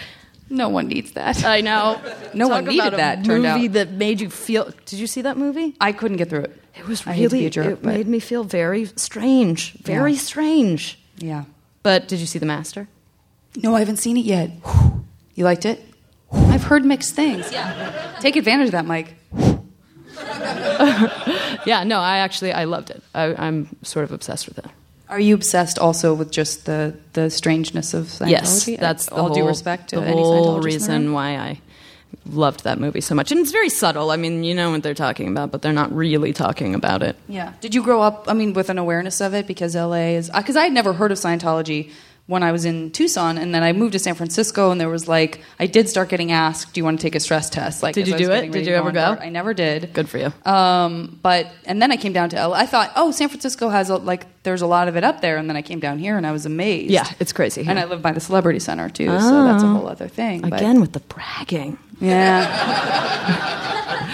[SPEAKER 3] No one needs that.
[SPEAKER 4] I know.
[SPEAKER 3] No
[SPEAKER 4] Talk
[SPEAKER 3] one needed
[SPEAKER 4] about a
[SPEAKER 3] that, turned
[SPEAKER 4] movie
[SPEAKER 3] out.
[SPEAKER 4] that made you feel. Did you see that movie?
[SPEAKER 3] I couldn't get through it.
[SPEAKER 4] It was
[SPEAKER 3] I hate to
[SPEAKER 4] really.
[SPEAKER 3] be a jerk,
[SPEAKER 4] it
[SPEAKER 3] but-
[SPEAKER 4] made me feel very strange. Very strange.
[SPEAKER 3] Yeah.
[SPEAKER 4] But did you see The Master?
[SPEAKER 3] No, I haven't seen it yet. You liked it? I've heard mixed things. Yeah. Take advantage of that, Mike.
[SPEAKER 4] Yeah. No, I actually I loved it. I, I'm sort of obsessed with it.
[SPEAKER 3] Are you obsessed also with just the, the strangeness of Scientology?
[SPEAKER 4] Yes, that's the
[SPEAKER 3] all
[SPEAKER 4] whole,
[SPEAKER 3] due respect to
[SPEAKER 4] the
[SPEAKER 3] any Scientologist in
[SPEAKER 4] whole
[SPEAKER 3] the room?
[SPEAKER 4] reason why I loved that movie so much. And it's very subtle. I mean, you know what they're talking about, but they're not really talking about it.
[SPEAKER 3] Yeah. Did you grow up? I mean, with an awareness of it because LA is because I had never heard of Scientology when I was in Tucson, and then I moved to San Francisco, and there was like I did start getting asked, "Do you want to take a stress test?" Like,
[SPEAKER 4] Did
[SPEAKER 3] as
[SPEAKER 4] you
[SPEAKER 3] I was
[SPEAKER 4] do it?
[SPEAKER 3] getting
[SPEAKER 4] Did
[SPEAKER 3] ready
[SPEAKER 4] you
[SPEAKER 3] to
[SPEAKER 4] ever
[SPEAKER 3] on
[SPEAKER 4] go?
[SPEAKER 3] board. I never did.
[SPEAKER 4] Good for you.
[SPEAKER 3] Um, but and then I came down to LA. I thought, oh, San Francisco has a, like there's a lot of it up there, and then I came down here and I was amazed.
[SPEAKER 4] Yeah, it's crazy here.
[SPEAKER 3] And I live by the Celebrity Center too, so that's a
[SPEAKER 4] Oh.
[SPEAKER 3] whole other thing. but-
[SPEAKER 4] Again with the bragging.
[SPEAKER 3] yeah,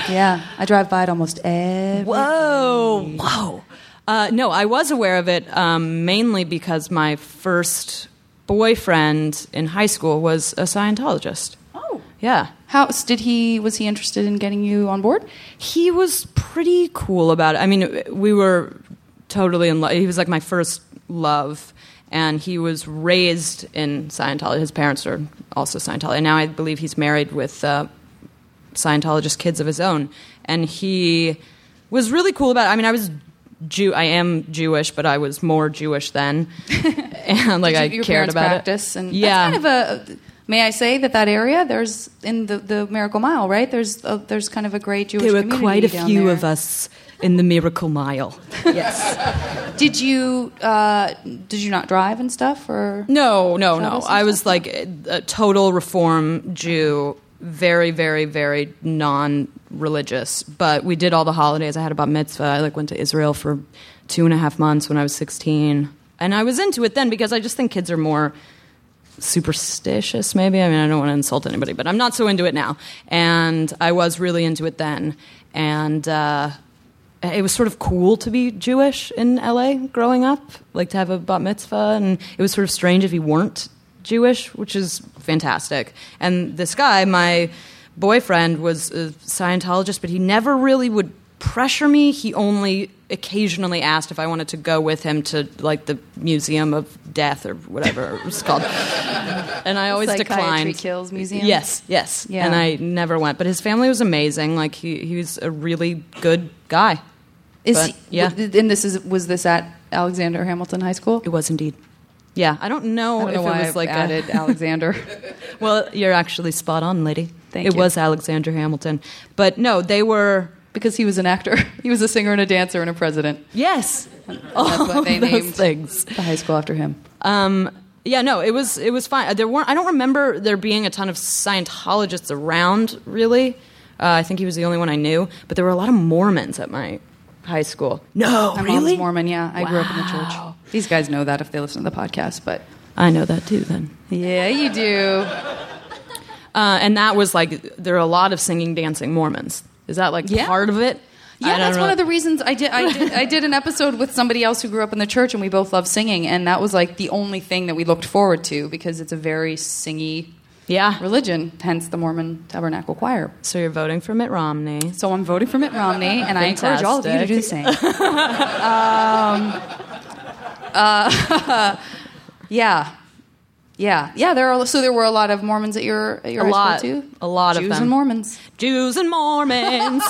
[SPEAKER 3] yeah. I drive by it almost every.
[SPEAKER 4] Whoa, whoa. Uh, no, I was aware of it um, mainly because my first boyfriend in high school was a Scientologist.
[SPEAKER 3] Oh.
[SPEAKER 4] Yeah.
[SPEAKER 3] How did he? Was he interested in getting you on board?
[SPEAKER 4] He was pretty cool about it. I mean, we were totally in love. He was like my first love. And he was raised in Scientology. His parents are also Scientology. And now I believe he's married with uh, Scientologist kids of his own. And he was really cool about it. I mean, I was. Jew, I am Jewish, but I was more Jewish then, and like
[SPEAKER 3] Did
[SPEAKER 4] I
[SPEAKER 3] your
[SPEAKER 4] cared
[SPEAKER 3] parents
[SPEAKER 4] about
[SPEAKER 3] practice
[SPEAKER 4] it.
[SPEAKER 3] and
[SPEAKER 4] yeah,
[SPEAKER 3] that's kind of a. May I say that that area there's in the, the Miracle Mile, right? There's a, there's kind of a great Jewish.
[SPEAKER 4] there were
[SPEAKER 3] community
[SPEAKER 4] quite a
[SPEAKER 3] down
[SPEAKER 4] few
[SPEAKER 3] there.
[SPEAKER 4] of us in the Miracle Mile. Yes.
[SPEAKER 3] Did you uh, did you not drive and stuff or
[SPEAKER 4] No, no, no.
[SPEAKER 3] Travis and
[SPEAKER 4] I was
[SPEAKER 3] stuff?
[SPEAKER 4] like a, a total reform Jew, very, very, very non-religious. But we did all the holidays. I had a bat mitzvah. I like went to Israel for two and a half months when I was sixteen, and I was into it then because I just think kids are more superstitious. Maybe I mean I don't want to insult anybody, but I'm not so into it now. And I was really into it then, and. uh it was sort of cool to be Jewish in LA growing up, like to have a bat mitzvah, and it was sort of strange if you weren't Jewish, which is fantastic. And this guy, my boyfriend, was a Scientologist, but he never really would pressure me. He only occasionally asked if I wanted to go with him to like the Museum of Death or whatever it was called, and I always
[SPEAKER 3] Psychiatry
[SPEAKER 4] declined.
[SPEAKER 3] Kills Museum?
[SPEAKER 4] Yes, yes,
[SPEAKER 3] Yeah.
[SPEAKER 4] and I never went. But his family was amazing. Like he, he was a really good guy.
[SPEAKER 3] is
[SPEAKER 4] but, yeah.
[SPEAKER 3] and this is was this at Alexander Hamilton High School?
[SPEAKER 4] It was indeed. Yeah, I don't
[SPEAKER 3] I
[SPEAKER 4] know
[SPEAKER 3] don't
[SPEAKER 4] if
[SPEAKER 3] know why
[SPEAKER 4] it was
[SPEAKER 3] I've
[SPEAKER 4] like a-
[SPEAKER 3] added Alexander.
[SPEAKER 4] well, you're actually spot on, lady.
[SPEAKER 3] Thank
[SPEAKER 4] it
[SPEAKER 3] you.
[SPEAKER 4] was Alexander Hamilton, but no, they were.
[SPEAKER 3] because he was an actor. He was a singer and a dancer and a president.
[SPEAKER 4] Yes,
[SPEAKER 3] that's what
[SPEAKER 4] all
[SPEAKER 3] they
[SPEAKER 4] of those
[SPEAKER 3] named
[SPEAKER 4] things.
[SPEAKER 3] the high school after him.
[SPEAKER 4] Um, yeah, no, it was it was fine. Uh, There weren't. I don't remember there being a ton of Scientologists around. Really, uh, I think he was the only one I knew. But there were a lot of Mormons at my high school. No,
[SPEAKER 3] My
[SPEAKER 4] really,
[SPEAKER 3] mom's Mormon, yeah. I grew up in the church. These guys know that if they listen to the podcast, but
[SPEAKER 4] I know that too. Then
[SPEAKER 3] yeah, you do.
[SPEAKER 4] Uh, and that was like there are a lot of singing, dancing Mormons. Is that like
[SPEAKER 3] Yeah.
[SPEAKER 4] part of it? I
[SPEAKER 3] Yeah,
[SPEAKER 4] don't
[SPEAKER 3] that's
[SPEAKER 4] know.
[SPEAKER 3] one of the reasons I did, I did. I did an episode with somebody else who grew up in the church, and we both love singing, and that was like the only thing that we looked forward to because it's a very singy
[SPEAKER 4] Yeah.
[SPEAKER 3] religion. Hence the Mormon Tabernacle Choir.
[SPEAKER 4] So you're voting for Mitt Romney.
[SPEAKER 3] So I'm voting for Mitt Romney, and I encourage all of you to do the same. um, uh, yeah, yeah, yeah. There are so there were a lot of Mormons at your at your
[SPEAKER 4] A
[SPEAKER 3] high
[SPEAKER 4] lot.
[SPEAKER 3] school too.
[SPEAKER 4] A lot of
[SPEAKER 3] Jews
[SPEAKER 4] them.
[SPEAKER 3] and Mormons.
[SPEAKER 4] Jews and Mormons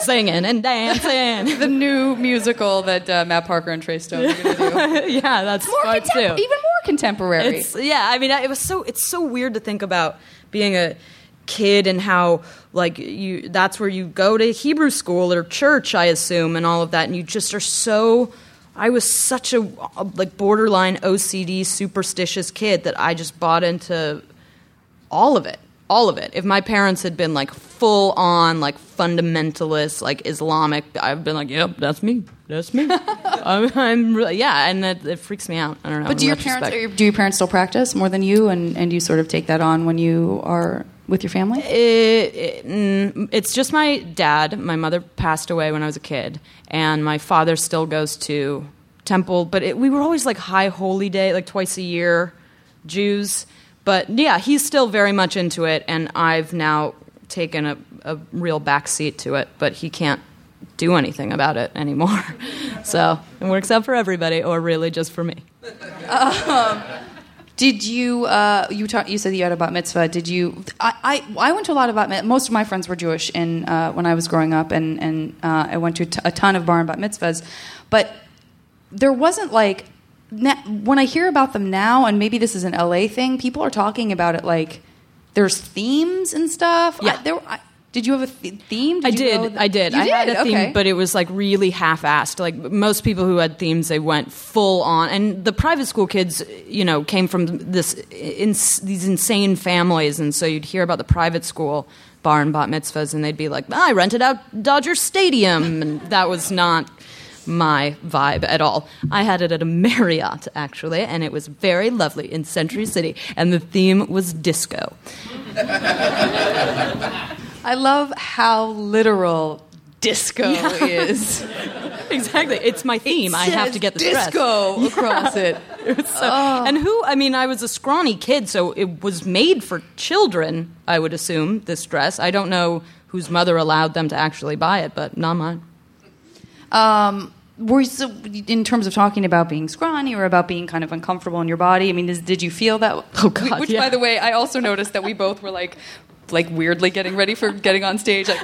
[SPEAKER 4] singing and dancing.
[SPEAKER 3] The new musical that uh, Matt Parker and Trey Stone are going to do.
[SPEAKER 4] yeah, that's
[SPEAKER 3] more
[SPEAKER 4] smart
[SPEAKER 3] contem-
[SPEAKER 4] too.
[SPEAKER 3] even more contemporary.
[SPEAKER 4] It's, yeah, I mean, I- it was so it's so weird to think about being a kid and how like you that's where you go to Hebrew school or church, I assume, and all of that, and you just are so. I was such a like borderline OCD superstitious kid that I just bought into all of it all of it if my parents had been like full on like fundamentalist like islamic i've been like yep that's me that's me i'm, I'm really, yeah and that it freaks me out i don't know
[SPEAKER 3] but do
[SPEAKER 4] in
[SPEAKER 3] your parents
[SPEAKER 4] retrospect.
[SPEAKER 3] are your, do your parents still practice more than you, and and you sort of take that on when you are with your family?
[SPEAKER 4] it, it- mm, it's just my dad. My mother passed away when I was a kid, and my father still goes to temple. But it, we were always like high holy day, like twice a year, Jews. But yeah, he's still very much into it, and I've now taken a, a real backseat to it. But he can't do anything about it anymore. so it works out for everybody, or really just for me.
[SPEAKER 3] Did you uh, you talk, you said that you had a bat mitzvah? Did you? I, I, I went to a lot of bat mitzvahs. Most of my friends were Jewish in uh, when I was growing up, and and uh, I went to t- a ton of bar and bat mitzvahs, but there wasn't like na- when I hear about them now, and maybe this is an LA thing. People are talking about it like there's themes and stuff.
[SPEAKER 4] Yeah.
[SPEAKER 3] I, there, I, did you have a th- theme?
[SPEAKER 4] I
[SPEAKER 3] you
[SPEAKER 4] did.
[SPEAKER 3] go-
[SPEAKER 4] I did.
[SPEAKER 3] You
[SPEAKER 4] I had
[SPEAKER 3] did?
[SPEAKER 4] a theme,
[SPEAKER 3] Okay.
[SPEAKER 4] but it was like really half-assed. Like most people who had themes, they went full on. And the private school kids, you know, came from this in, these insane families, and so you'd hear about the private school bar and bat mitzvahs, and they'd be like, "I rented out Dodger Stadium," and that was not my vibe at all. I had it at a Marriott actually, and it was very lovely in Century City, and the theme was disco.
[SPEAKER 3] I love how literal disco is.
[SPEAKER 4] Exactly. It's my theme. I have
[SPEAKER 3] Says
[SPEAKER 4] to get the
[SPEAKER 3] disco across it.
[SPEAKER 4] So- And who? I mean, I was a scrawny kid, so it was made for children. I would assume this dress. I don't know whose mother allowed them to actually buy it, but not mine.
[SPEAKER 3] Um, were you, so, in terms of talking about being scrawny or about being kind of uncomfortable in your body? I mean, is, did you feel that?
[SPEAKER 4] Oh, God,
[SPEAKER 3] Which,
[SPEAKER 4] yeah.
[SPEAKER 3] by the way, I also noticed that we both were like, like weirdly getting ready for getting on stage, like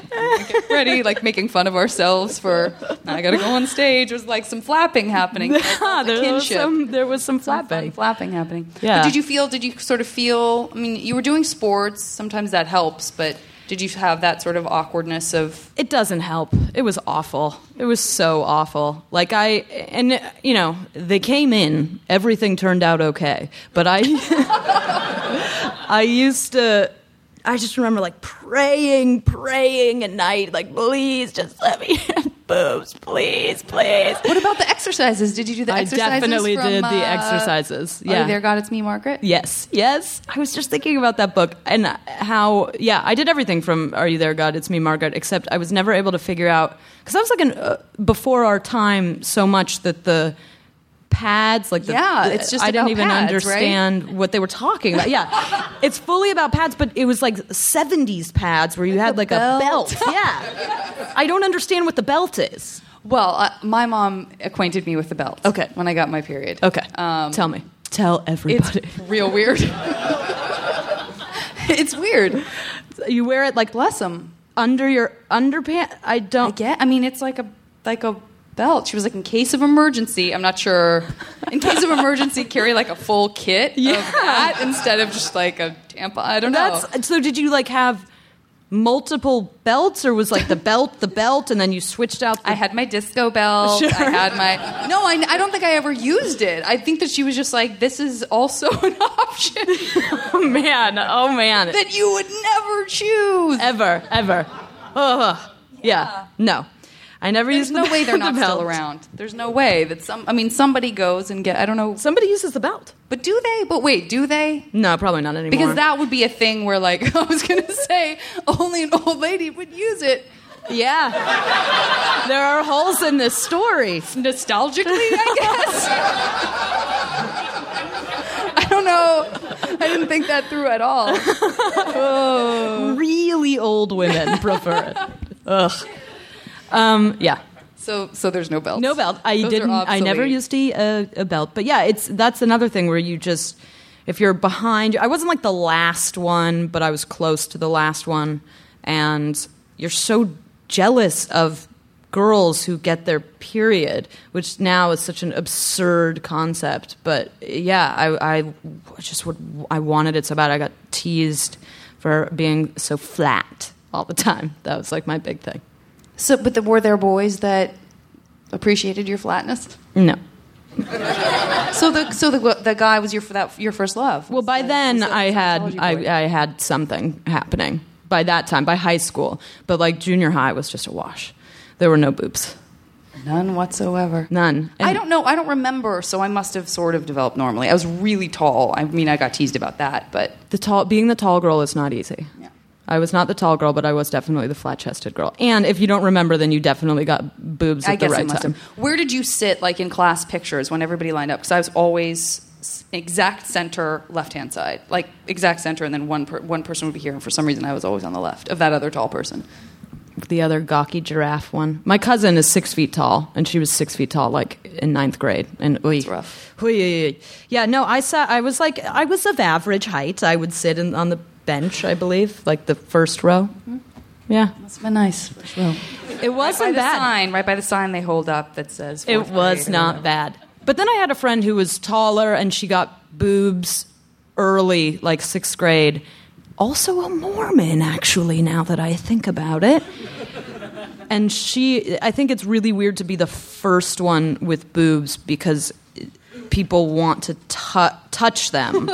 [SPEAKER 3] get ready, like making fun of ourselves for I gotta go on stage. There's like some flapping happening. I felt the
[SPEAKER 4] there was
[SPEAKER 3] kinship.
[SPEAKER 4] some. There was some
[SPEAKER 3] Some fun
[SPEAKER 4] flapping.
[SPEAKER 3] flapping happening.
[SPEAKER 4] Yeah.
[SPEAKER 3] But did you feel? Did you sort of feel? I mean, you were doing sports. Sometimes that helps, but did you have that sort of awkwardness of?
[SPEAKER 4] It doesn't help. It was awful. It was so awful. Like I and you know they came in. Everything turned out okay, but I I used to. I just remember like praying, praying at night, like please just let me have boobs, please, please.
[SPEAKER 3] What about the exercises? Did you do the
[SPEAKER 4] I
[SPEAKER 3] exercises?
[SPEAKER 4] definitely
[SPEAKER 3] from,
[SPEAKER 4] did the
[SPEAKER 3] uh,
[SPEAKER 4] exercises.
[SPEAKER 3] Are You
[SPEAKER 4] Yeah.
[SPEAKER 3] there, God, it's me, Margaret.
[SPEAKER 4] Yes, yes. I was just thinking about that book and how, yeah, I did everything from Are You There, God? It's Me, Margaret, except I was never able to figure out, because I was like an, uh, before our time so much that the pads, like the,
[SPEAKER 3] Yeah,
[SPEAKER 4] the-
[SPEAKER 3] it's just
[SPEAKER 4] I didn't
[SPEAKER 3] about
[SPEAKER 4] even
[SPEAKER 3] pads,
[SPEAKER 4] understand what they were talking about. Yeah, it's fully about pads, but it was like 70s pads where you had like a
[SPEAKER 3] belt.
[SPEAKER 4] belt. Yeah. I don't understand what the belt is.
[SPEAKER 3] Well, uh, my mom acquainted me with the belt.
[SPEAKER 4] Okay.
[SPEAKER 3] When I got my period.
[SPEAKER 4] Okay.
[SPEAKER 3] Um,
[SPEAKER 4] Tell me. Tell
[SPEAKER 3] It's
[SPEAKER 4] everybody.
[SPEAKER 3] real weird. it's weird.
[SPEAKER 4] you wear it like
[SPEAKER 3] Bless them.
[SPEAKER 4] under your underpants. I
[SPEAKER 3] I
[SPEAKER 4] don't
[SPEAKER 3] get. I mean, it's like a like a belt. She was like, in case of emergency, I'm not sure. In case of emergency, carry like a full kit
[SPEAKER 4] Yeah.
[SPEAKER 3] of that instead of just like a tampon. I don't know.
[SPEAKER 4] That's so. Did you like have multiple belts, or was like the belt the belt, and then you switched out? The,
[SPEAKER 3] I had my disco belt.
[SPEAKER 4] Sure.
[SPEAKER 3] I had my no. I, I don't think I ever used it. I think that she was just like, this is also an option
[SPEAKER 4] oh man, oh man,
[SPEAKER 3] that you would never choose.
[SPEAKER 4] ever, ever. Ugh. Yeah. no, I never
[SPEAKER 3] There's
[SPEAKER 4] used.
[SPEAKER 3] no
[SPEAKER 4] the,
[SPEAKER 3] way they're
[SPEAKER 4] the
[SPEAKER 3] not still
[SPEAKER 4] belt.
[SPEAKER 3] around. There's no way that some. I mean, somebody goes and get. I don't know.
[SPEAKER 4] Somebody uses the belt.
[SPEAKER 3] But do they? But wait, do they?
[SPEAKER 4] No, probably not anymore.
[SPEAKER 3] Because that would be a thing where, like, I was gonna say, only an old lady would use it.
[SPEAKER 4] yeah, there are holes in this story.
[SPEAKER 3] Nostalgically, I guess. I don't know. I didn't think that through at all.
[SPEAKER 4] Really old women prefer it. Ugh. Um, yeah.
[SPEAKER 3] So, so there's no belt.
[SPEAKER 4] No belt. I
[SPEAKER 3] Those are
[SPEAKER 4] didn't. I never
[SPEAKER 3] obsolete.
[SPEAKER 4] used a, a, a belt. But yeah, it's that's another thing where you just if you're behind. I wasn't like the last one, but I was close to the last one, and you're so jealous of girls who get their period, which now is such an absurd concept. But yeah, I, I just would. I wanted it so bad. I got teased for being so flat all the time. That was like my big thing.
[SPEAKER 3] So, but the, were there boys that appreciated your flatness?
[SPEAKER 4] No.
[SPEAKER 3] So the so the the guy was your that your first love.
[SPEAKER 4] Well, by
[SPEAKER 3] So-
[SPEAKER 4] then
[SPEAKER 3] so-
[SPEAKER 4] I had
[SPEAKER 3] Scientology boy.
[SPEAKER 4] I, I had something happening by that time by high school, but like junior high was just a wash. There were no boobs,
[SPEAKER 3] none whatsoever.
[SPEAKER 4] none. And
[SPEAKER 3] I don't know. I don't remember. So I must have sort of developed normally. I was really tall. I mean, I got teased about that, but
[SPEAKER 4] The tall being the tall girl is not easy.
[SPEAKER 3] Yeah.
[SPEAKER 4] I was not the tall girl, but I was definitely the flat-chested girl. And if you don't remember, then you definitely got boobs at
[SPEAKER 3] I guess
[SPEAKER 4] the
[SPEAKER 3] I
[SPEAKER 4] right
[SPEAKER 3] must
[SPEAKER 4] time.
[SPEAKER 3] have. Where did you sit, like in class pictures, when everybody lined up? Because I was always s- exact center, left hand side, like exact center, and then one per, one person would be here, and for some reason I was always on the left of that other tall person.
[SPEAKER 4] The other gawky giraffe one. My cousin is six feet tall, and she was six feet tall, like in ninth grade. And oy,
[SPEAKER 3] rough.
[SPEAKER 4] Oy, oy, oy. yeah, no, I sat. I was like, I was of average height. I would sit in, on the bench, I believe, like the first row. Yeah,
[SPEAKER 3] Must have been nice.
[SPEAKER 4] it
[SPEAKER 3] by
[SPEAKER 4] wasn't
[SPEAKER 3] the
[SPEAKER 4] bad.
[SPEAKER 3] sign, right by the sign they hold up that says.
[SPEAKER 4] It
[SPEAKER 3] fourth
[SPEAKER 4] was
[SPEAKER 3] grade or
[SPEAKER 4] not
[SPEAKER 3] whatever.
[SPEAKER 4] bad. But then I had a friend who was taller and she got boobs early, like sixth grade. also a Mormon, actually, now that I think about it. And she, I think it's really weird to be the first one with boobs because people want to tu- touch them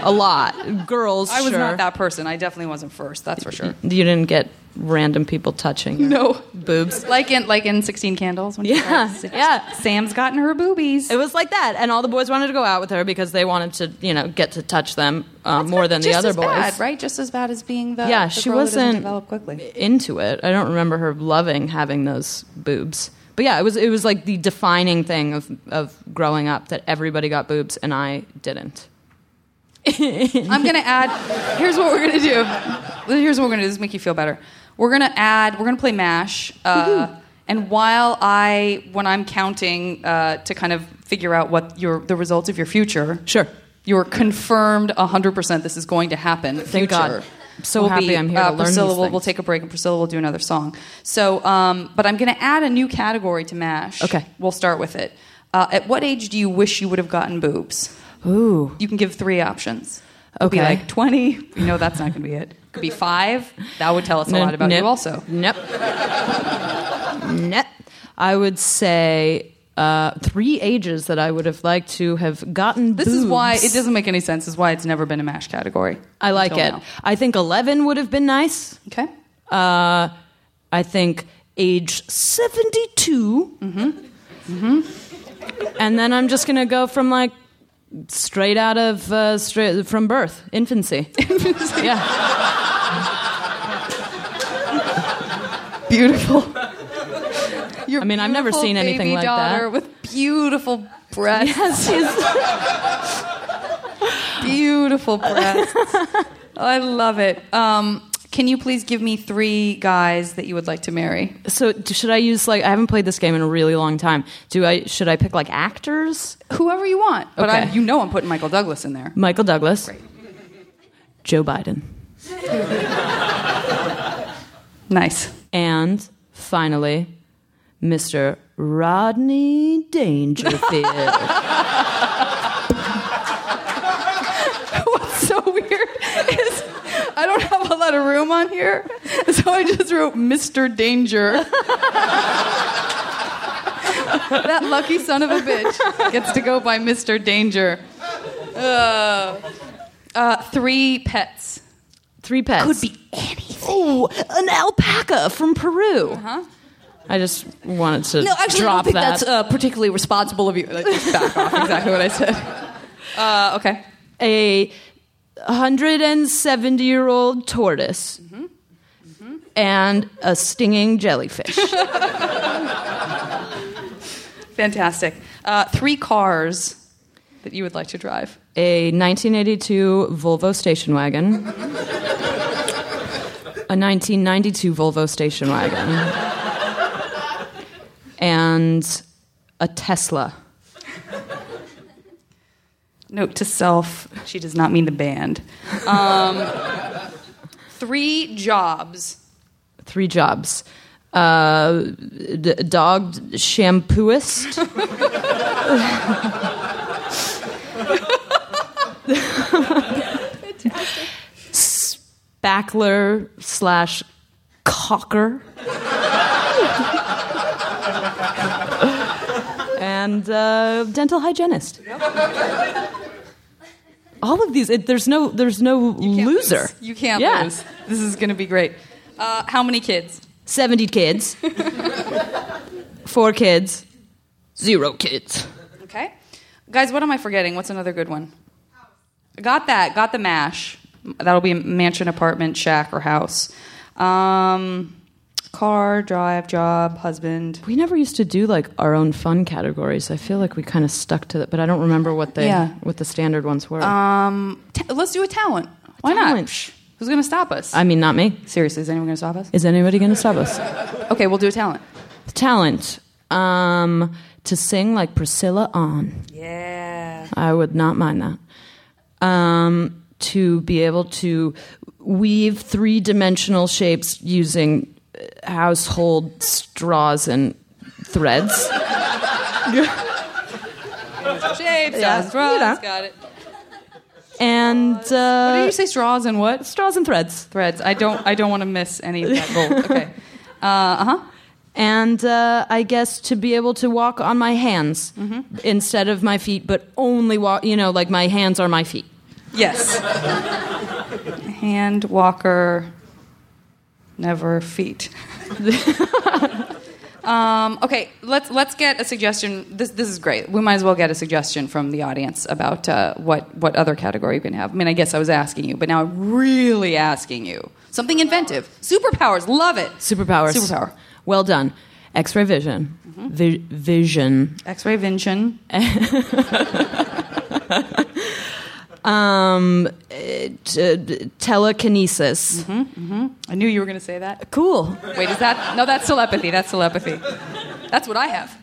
[SPEAKER 4] a lot. Girls,
[SPEAKER 3] I was
[SPEAKER 4] sure.
[SPEAKER 3] not that person. I definitely wasn't first. That's for sure.
[SPEAKER 4] You didn't get random people touching. your
[SPEAKER 3] No.
[SPEAKER 4] Boobs.
[SPEAKER 3] Like in like in Sixteen Candles. When
[SPEAKER 4] Yeah,
[SPEAKER 3] she starts,
[SPEAKER 4] yeah.
[SPEAKER 3] Sam's gotten her boobies.
[SPEAKER 4] It was like that, and all the boys wanted to go out with her because they wanted to, you know, get to touch them uh, more than the
[SPEAKER 3] Just
[SPEAKER 4] other
[SPEAKER 3] as
[SPEAKER 4] boys.
[SPEAKER 3] bad, right? Just as bad as being the
[SPEAKER 4] Yeah,
[SPEAKER 3] the
[SPEAKER 4] she
[SPEAKER 3] girl who doesn't
[SPEAKER 4] wasn't
[SPEAKER 3] develop quickly.
[SPEAKER 4] into it. I don't remember her loving having those boobs. But yeah, it was it was like the defining thing of of growing up that everybody got boobs and I didn't.
[SPEAKER 3] I'm gonna add. Here's what we're gonna do. Here's what we're gonna do. This will make you feel better. We're gonna add. We're gonna play Mash. Uh, and while I, when I'm counting uh, to kind of figure out what your the results of your future,
[SPEAKER 4] Sure.
[SPEAKER 3] you're confirmed 100. percent This is going to happen. future.
[SPEAKER 4] Thank God. I'm so happy
[SPEAKER 3] be,
[SPEAKER 4] I'm here to
[SPEAKER 3] uh,
[SPEAKER 4] learn these
[SPEAKER 3] Priscilla will, will
[SPEAKER 4] things.
[SPEAKER 3] take a break, and Priscilla will do another song. So, um, but I'm gonna add a new category to Mash.
[SPEAKER 4] Okay.
[SPEAKER 3] we'll start with it. Uh, at what age do you wish you would have gotten boobs?
[SPEAKER 4] Ooh.
[SPEAKER 3] You can give three options. It could be
[SPEAKER 4] Okay.
[SPEAKER 3] like 20. We know that's not going to be it. Could be five. That would tell us a lot about you also.
[SPEAKER 4] Nope. nope. I would say uh, three ages that I would have liked to have gotten
[SPEAKER 3] This is why it
[SPEAKER 4] boobs.
[SPEAKER 3] doesn't make any sense. This is why it's never been a MASH category.
[SPEAKER 4] I like
[SPEAKER 3] until
[SPEAKER 4] it.
[SPEAKER 3] now.
[SPEAKER 4] I think 11 would have been nice.
[SPEAKER 3] Okay.
[SPEAKER 4] Uh, I think age 72. Mm-hmm. Mm-hmm. And then I'm just going to go from like straight out of, uh, straight from birth, infancy. yeah.
[SPEAKER 3] Beautiful. Your
[SPEAKER 4] I mean, I've never
[SPEAKER 3] beautiful
[SPEAKER 4] seen
[SPEAKER 3] baby
[SPEAKER 4] anything like that.
[SPEAKER 3] daughter With beautiful breasts. beautiful breasts. I love it. Um, can you please give me three guys that you would like to marry?
[SPEAKER 4] So d- should I use like, I haven't played this game in a really long time. Do I, should I pick like actors?
[SPEAKER 3] Whoever you want. But I,
[SPEAKER 4] Okay.
[SPEAKER 3] you know I'm putting Michael Douglas in there.
[SPEAKER 4] Michael Douglas. Joe Biden.
[SPEAKER 3] Nice.
[SPEAKER 4] And finally, Mr. Rodney Dangerfield.
[SPEAKER 3] What's so weird is I don't have a lot of room on here, so I just wrote Mr. Danger. that lucky son of a bitch gets to go by Mr. Danger. Ugh. Uh, three pets.
[SPEAKER 4] Three pets.
[SPEAKER 3] Could be anything.
[SPEAKER 4] Ooh, an alpaca from Peru. Uh-huh. I just wanted to drop that.
[SPEAKER 3] uh, particularly responsible of you. Like, just back off. Exactly what I said. Uh, okay.
[SPEAKER 4] a 170 year old tortoise Mm-hmm. and a stinging jellyfish.
[SPEAKER 3] Fantastic. Uh, three cars that you would like to drive.
[SPEAKER 4] a 1982 Volvo station wagon. A 1992 Volvo station wagon. And a Tesla.
[SPEAKER 3] Note to self, she does not mean the band. Um, three jobs.
[SPEAKER 4] three jobs uh, d- dog shampooist. Spackler slash cocker. and uh, dental hygienist. All of these, it, there's no, there's no loser.
[SPEAKER 3] Lose. You can't
[SPEAKER 4] Yeah.
[SPEAKER 3] lose. This is going to be great. Uh, how many kids?
[SPEAKER 4] 70 kids, four kids, zero kids.
[SPEAKER 3] Okay. Guys, what am I forgetting? What's another good one? Got that. Got the mash. That'll be a mansion, apartment, shack, or house. Um, car, drive, job, husband.
[SPEAKER 4] We never used to do like our own fun categories. I feel like we kind of stuck to that, but I don't remember what they
[SPEAKER 3] Yeah.
[SPEAKER 4] what the standard ones were.
[SPEAKER 3] Um, ta- let's do a talent. Why not?
[SPEAKER 4] Talent.
[SPEAKER 3] Psh, Who's going to stop us?
[SPEAKER 4] I mean, not me.
[SPEAKER 3] Seriously, is anyone going to stop us?
[SPEAKER 4] Is anybody going to stop us?
[SPEAKER 3] Okay, we'll do a talent.
[SPEAKER 4] Talent um, to sing like Priscilla on.
[SPEAKER 3] Yeah.
[SPEAKER 4] I would not mind that. Um, to be able to weave three dimensional shapes using uh, household straws and threads.
[SPEAKER 3] Shapes,
[SPEAKER 4] Yeah,
[SPEAKER 3] size, straws,
[SPEAKER 4] you know.
[SPEAKER 3] got it.
[SPEAKER 4] And uh,
[SPEAKER 3] What did you say? Straws and what?
[SPEAKER 4] straws and threads.
[SPEAKER 3] Threads. I don't. I don't want to miss any of that gold. Okay. Uh huh.
[SPEAKER 4] And uh, I guess to be able to walk on my hands
[SPEAKER 3] Mm-hmm.
[SPEAKER 4] instead of my feet, but only walk. You know, like my hands are my feet.
[SPEAKER 3] Yes. Hand walker, never feet. um, okay, let's let's get a suggestion. This this is great. We might as well get a suggestion from the audience about uh, what what other category you can have. I mean, I guess I was asking you, but now I'm really asking you something inventive. Superpowers, love it.
[SPEAKER 4] Superpowers.
[SPEAKER 3] Superpower.
[SPEAKER 4] Well done. X-ray vision. Vi- vision.
[SPEAKER 3] X-ray vision.
[SPEAKER 4] Um, uh, t- d- telekinesis.
[SPEAKER 3] I knew you were going to say that.
[SPEAKER 4] Cool.
[SPEAKER 3] Wait, is that no? That's telepathy. That's telepathy. That's what I have.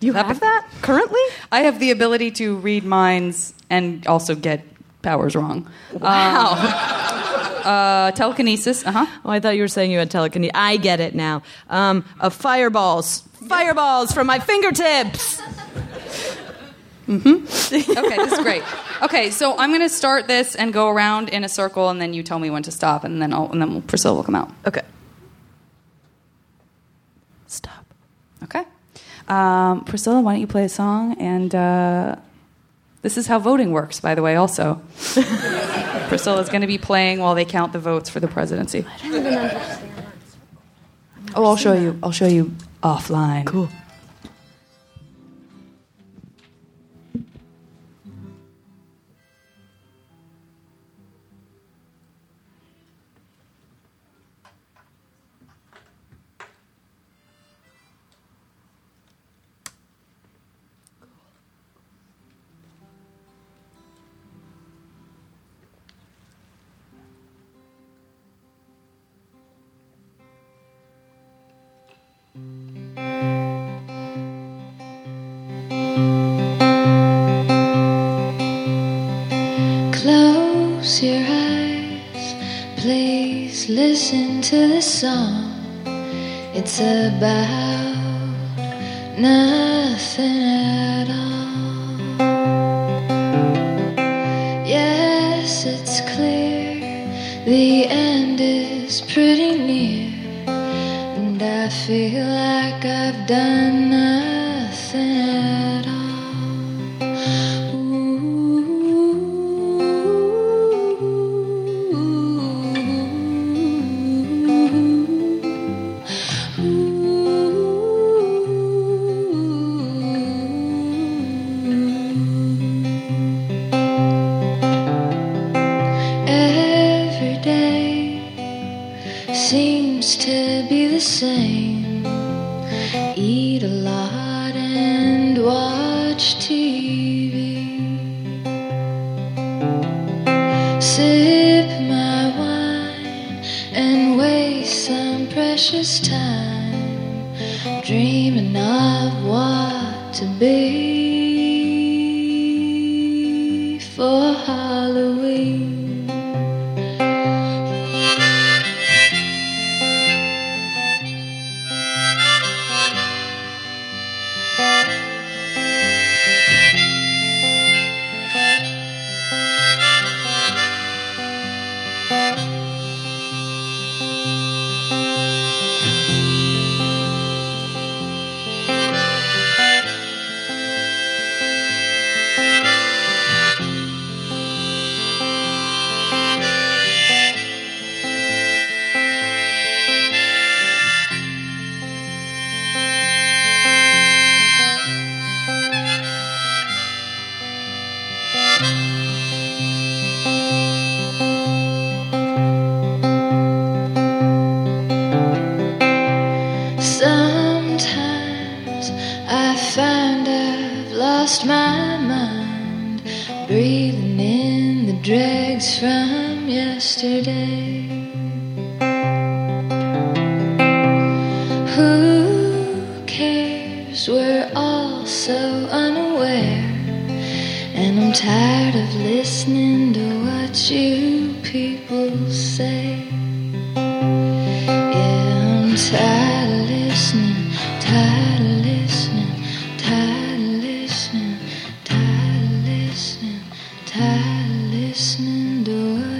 [SPEAKER 4] You
[SPEAKER 3] Telepathy.
[SPEAKER 4] have that currently?
[SPEAKER 3] I have the ability to read minds and also get powers wrong. Wow. uh, telekinesis. Uh huh.
[SPEAKER 4] Oh, I thought you were saying you had telekinesis. I get it now. Um, of fireballs. Fireballs from my fingertips.
[SPEAKER 3] Okay, this is great. Okay, so I'm going to start this and go around in a circle, and then you tell me when to stop, and then I'll, and then Priscilla will come out.
[SPEAKER 4] Okay. Stop.
[SPEAKER 3] Okay. Um, Priscilla, why don't you play a song? And uh, this is how voting works, by the way, also. Priscilla's going to be playing while they count the votes for the presidency. I don't even understand. Oh, I'll show you. I'll show you offline. Cool.
[SPEAKER 2] Close your eyes, please listen to the song. It's about nothing at all. Yes, it's clear the end is pretty near, and I feel like I've done nothing at all. Every day seems to be the same. Eat a lot and watch TV. Sip my wine and waste some precious time dreaming of what to be for Halloween. Sometimes I find I've lost my mind, breathing in the dregs from yesterday. Who cares? We're all so unaware, and I'm tired of listening to what you people say. Yeah, I'm tired of listening, tired of listening, tired of listening, tired of listening, tired of listening.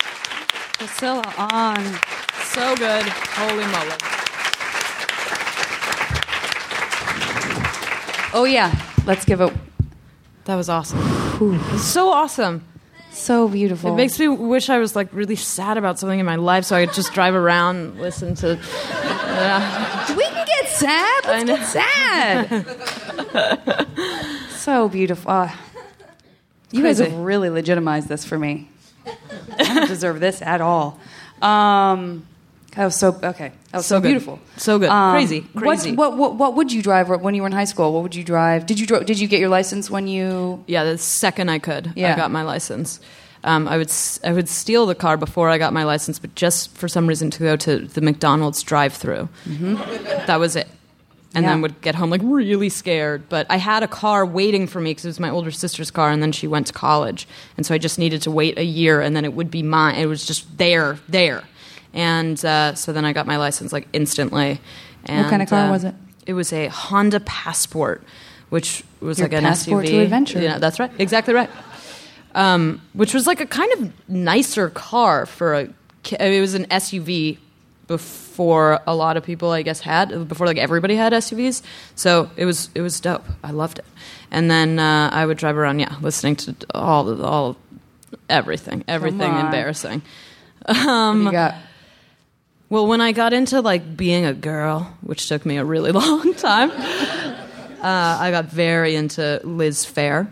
[SPEAKER 3] Priscilla on.
[SPEAKER 4] So good. Holy moly.
[SPEAKER 3] Oh yeah, let's give it.
[SPEAKER 4] That was awesome. It's so awesome.
[SPEAKER 3] So beautiful.
[SPEAKER 4] It makes me wish I was like really sad about something in my life so I could just drive around and listen to. uh,
[SPEAKER 3] we can get sad. Let's
[SPEAKER 4] know.
[SPEAKER 3] get sad. so beautiful. Ah. you guys
[SPEAKER 4] Crazy.
[SPEAKER 3] have really legitimized this for me. I don't deserve this at all. Um, that was so okay. That was so,
[SPEAKER 4] So good.
[SPEAKER 3] beautiful. Um,
[SPEAKER 4] So good. Crazy.
[SPEAKER 3] what-
[SPEAKER 4] Crazy.
[SPEAKER 3] What, what what would you drive when you were in high school? What would you drive? Did you dro- did you get your license when you?
[SPEAKER 4] Yeah, the second I could,
[SPEAKER 3] Yeah.
[SPEAKER 4] I got my license. Um, I would s- I would steal the car before I got my license, but just for some reason to go to the McDonald's drive-through. That was it.
[SPEAKER 3] Mm-hmm.
[SPEAKER 4] And
[SPEAKER 3] Yeah.
[SPEAKER 4] then would get home like really scared. But I had a car waiting for me because it was my older sister's car, and then she went to college, and so I just needed to wait a year, and then it would be mine. It was just there, there, and uh, so then I got my license like instantly. And, uh,
[SPEAKER 3] kind of car was it?
[SPEAKER 4] It was a Honda Passport, which was
[SPEAKER 3] Your
[SPEAKER 4] like an
[SPEAKER 3] passport
[SPEAKER 4] SUV.
[SPEAKER 3] to adventure.
[SPEAKER 4] Yeah, that's right. Exactly right. Um, which was like a kind of nicer car for a. ki- I mean, It was an SUV before a lot of people, I guess, had before like everybody had SUVs. So it was it was dope. I loved it. And then uh, I would drive around, yeah, listening to all all everything, everything
[SPEAKER 3] on.
[SPEAKER 4] embarrassing. Um,
[SPEAKER 3] what you got?
[SPEAKER 4] Well, when I got into like being a girl, which took me a really long time, uh, I got very into Liz Fair.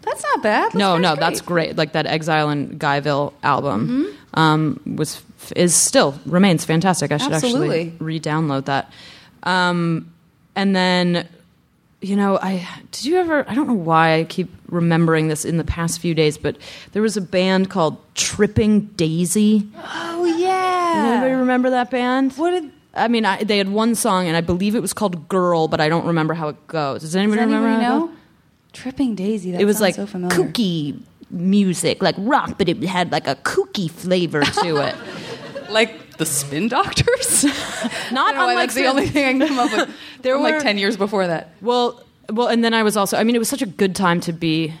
[SPEAKER 3] That's not bad. That's
[SPEAKER 4] no,
[SPEAKER 3] pretty
[SPEAKER 4] no, that's great. Like that Exile in Guyville album
[SPEAKER 3] Mm-hmm.
[SPEAKER 4] um, was is still remains fantastic. I should
[SPEAKER 3] Absolutely.
[SPEAKER 4] actually re-download that. Um, and then, you know, I did you ever? I don't know why I keep remembering this in the past few days, but there was a band called Tripping Daisy.
[SPEAKER 3] Oh yeah.
[SPEAKER 4] Does anybody remember that band?
[SPEAKER 3] What did-
[SPEAKER 4] I mean? I, they had one song, and I believe it was called "Girl," but I don't remember how it goes. Does anybody
[SPEAKER 3] Does
[SPEAKER 4] remember?
[SPEAKER 3] anybody
[SPEAKER 4] how it
[SPEAKER 3] know?
[SPEAKER 4] goes?
[SPEAKER 3] Tripping Daisy. That
[SPEAKER 4] It was
[SPEAKER 3] sounds
[SPEAKER 4] like
[SPEAKER 3] so familiar.
[SPEAKER 4] kooky music, like rock, but it had like a kooky flavor to it.
[SPEAKER 3] Like the Spin Doctors.
[SPEAKER 4] Not
[SPEAKER 3] I don't know why
[SPEAKER 4] unlike
[SPEAKER 3] that's the
[SPEAKER 4] Spin-
[SPEAKER 3] only thing I can come up with.
[SPEAKER 4] There
[SPEAKER 3] from
[SPEAKER 4] were-
[SPEAKER 3] like ten years before that.
[SPEAKER 4] Well, well, and then I was also. I mean, it was such a good time to be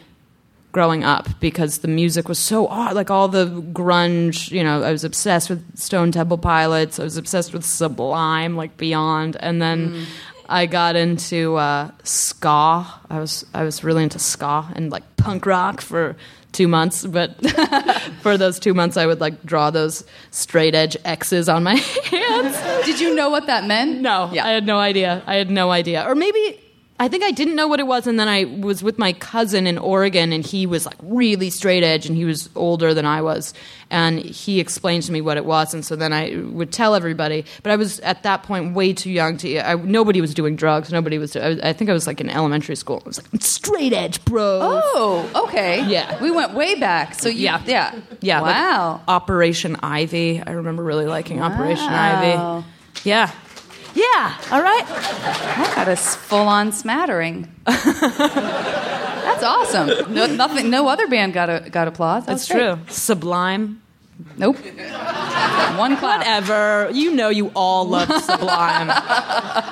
[SPEAKER 4] growing up because the music was so odd. Like all the grunge, you know, I was obsessed with Stone Temple Pilots. I was obsessed with Sublime, like Beyond, and then. I got into uh, ska. I was I was really into ska and like punk rock for two months. But for those two months, I would like draw those straight edge X's on my hands.
[SPEAKER 3] Did you know what that meant?
[SPEAKER 4] No,
[SPEAKER 3] Yeah.
[SPEAKER 4] I had no idea. I had no idea. Or maybe I think I didn't know what it was, and then I was with my cousin in Oregon, and he was like really straight edge, and he was older than I was, and he explained to me what it was, and so then I would tell everybody. But I was at that point way too young to. I, nobody was doing drugs. Nobody was. do- I, was- I think I was like in elementary school. I was like straight edge, bro.
[SPEAKER 3] Oh, okay.
[SPEAKER 4] Yeah.
[SPEAKER 3] We went way back. So you,
[SPEAKER 4] Yeah.
[SPEAKER 3] yeah. Yeah.
[SPEAKER 4] Yeah. like
[SPEAKER 3] Wow.
[SPEAKER 4] Operation Ivy. I remember really liking Operation
[SPEAKER 3] Wow.
[SPEAKER 4] Ivy. Yeah. Yeah. All right.
[SPEAKER 3] I got a full on smattering. That's awesome. No, nothing. No other band got a, got applause. That
[SPEAKER 4] That's
[SPEAKER 3] was great.
[SPEAKER 4] true. Sublime.
[SPEAKER 3] Nope. One clap.
[SPEAKER 4] Whatever. You know, you all loved Sublime.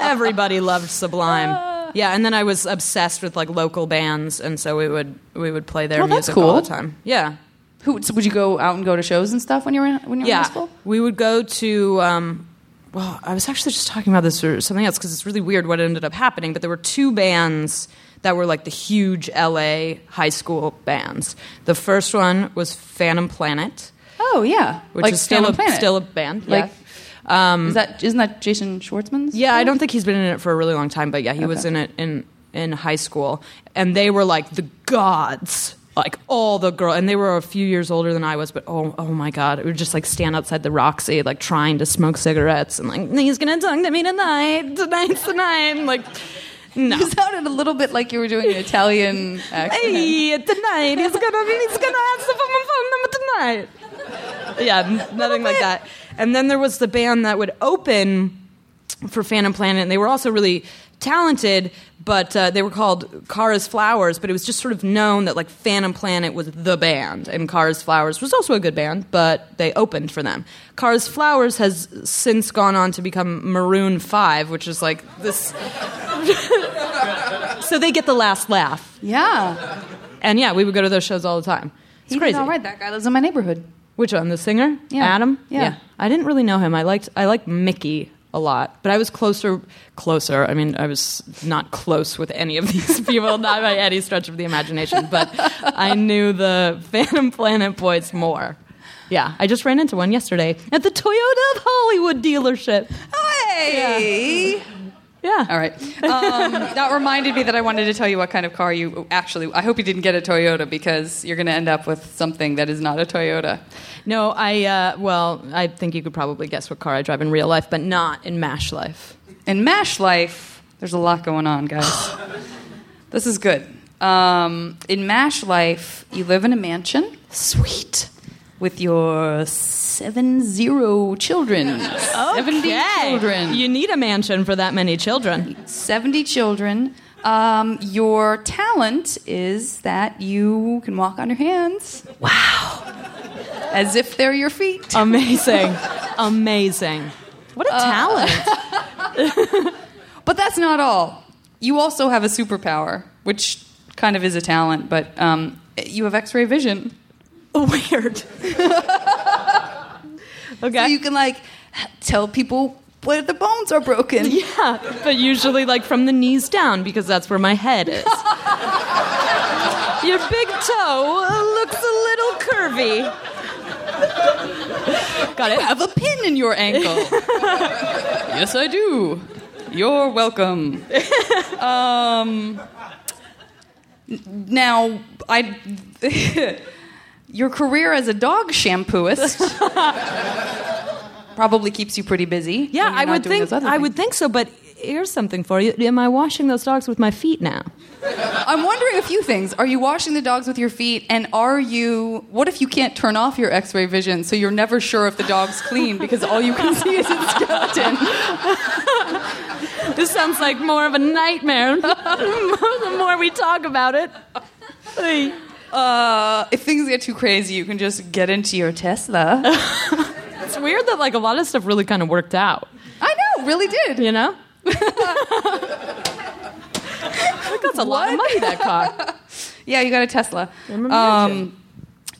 [SPEAKER 4] Everybody loved Sublime. Yeah, and then I was obsessed with like local bands, and so we would we would play their
[SPEAKER 3] Well, that's
[SPEAKER 4] music all the
[SPEAKER 3] cool.
[SPEAKER 4] time. Yeah,
[SPEAKER 3] Who so would you go out and go to shows and stuff when you were in, when you were in
[SPEAKER 4] yeah.
[SPEAKER 3] high school?
[SPEAKER 4] We would go to. Um, well, I was actually just talking about this or something else because it's really weird what ended up happening. But there were two bands that were like the huge LA high school bands. The first one was Phantom Planet,
[SPEAKER 3] Oh yeah.
[SPEAKER 4] which
[SPEAKER 3] Like
[SPEAKER 4] is still
[SPEAKER 3] Phantom
[SPEAKER 4] a
[SPEAKER 3] Planet.
[SPEAKER 4] still a band.
[SPEAKER 3] Like-
[SPEAKER 4] yeah. Um,
[SPEAKER 3] Is that isn't that Jason Schwartzman's?
[SPEAKER 4] Yeah, I don't think he's been in it for a really long time, but yeah, he was
[SPEAKER 3] Okay.
[SPEAKER 4] in it in in high school, and they were like the gods. Like all the girl, and they were a few years older than I was, but oh, oh my god, it would just like stand outside the Roxy, like trying to smoke cigarettes, and like he's gonna talk to me tonight, tonight's the night, and, like no,
[SPEAKER 3] You sounded a little bit like you were doing an Italian accent.
[SPEAKER 4] hey, tonight he's gonna he's gonna answer for my phone number tonight. Yeah, n- nothing like that. And then there was the band that would open for Phantom Planet, and they were also really talented, but uh, they were called Cars Flowers. But it was just sort of known that like Phantom Planet was the band, and Cars Flowers was also a good band, but they opened for them. Cars Flowers has since gone on to become Maroon Five, which is like this. so they get the last laugh.
[SPEAKER 3] Yeah.
[SPEAKER 4] And yeah, we would go to those shows all the time. It's
[SPEAKER 3] He did
[SPEAKER 4] crazy.
[SPEAKER 3] all right. That guy lives in my neighborhood.
[SPEAKER 4] Which one? The singer?
[SPEAKER 3] Yeah.
[SPEAKER 4] Adam?
[SPEAKER 3] Yeah.
[SPEAKER 4] I didn't really know him. I liked I liked Mickey a lot, but I was closer closer. I mean, I was not close with any of these people, not by any stretch of the imagination, but I knew the Phantom Planet boys more. Yeah, I just ran into one yesterday at the Toyota of Hollywood dealership.
[SPEAKER 3] Hey!
[SPEAKER 4] Yeah.
[SPEAKER 3] All right. Um, that reminded me that I wanted to tell you what kind of car you actually. I hope you didn't get a Toyota because you're going to end up with something that is not a Toyota.
[SPEAKER 4] No, I uh, well, I think you could probably guess what car I drive in real life, but not in MASH life.
[SPEAKER 3] In MASH life, there's a lot going on, guys. this is good. Um, in MASH life, you live in a mansion. Sweet. With your seven zero children. Seventy children.
[SPEAKER 4] You need a mansion for that many children.
[SPEAKER 3] 70 children. Um, your talent is that you can walk on your hands. Wow. As if they're your feet.
[SPEAKER 4] Amazing. Amazing. What a talent.
[SPEAKER 3] But that's not all. You also have a superpower, which kind of is a talent, but um, you have x ray vision.
[SPEAKER 4] Oh, Weird.
[SPEAKER 3] So
[SPEAKER 4] okay.
[SPEAKER 3] you can, like, tell people where the bones are broken.
[SPEAKER 4] yeah, Uh, but usually like from the knees down because that's where my head is. Your big toe uh, looks a little curvy. Got it?
[SPEAKER 3] have a pin in your ankle. yes, I do. You're welcome. Um, n- now, I, your career as a dog shampooist probably keeps you pretty busy.
[SPEAKER 4] Yeah,
[SPEAKER 3] when you're
[SPEAKER 4] I
[SPEAKER 3] not
[SPEAKER 4] would
[SPEAKER 3] doing
[SPEAKER 4] think
[SPEAKER 3] those other
[SPEAKER 4] I
[SPEAKER 3] things.
[SPEAKER 4] would think so. But here's something for you: Am I washing those dogs with my feet now?
[SPEAKER 3] I'm wondering a few things. Are you washing the dogs with your feet? And are you? What if you can't turn off your X-ray vision, so you're never sure if the dog's clean because all you can see is its skeleton?
[SPEAKER 4] This sounds like more of a nightmare. the more we talk about it, Hey.
[SPEAKER 3] Uh, if things get too crazy, you can just get into your Tesla.
[SPEAKER 4] it's weird that like a lot of stuff really kind of worked out.
[SPEAKER 3] I know, really did.
[SPEAKER 4] You know, Like, that's a lot of money that car.
[SPEAKER 3] Yeah, you got a Tesla. Um,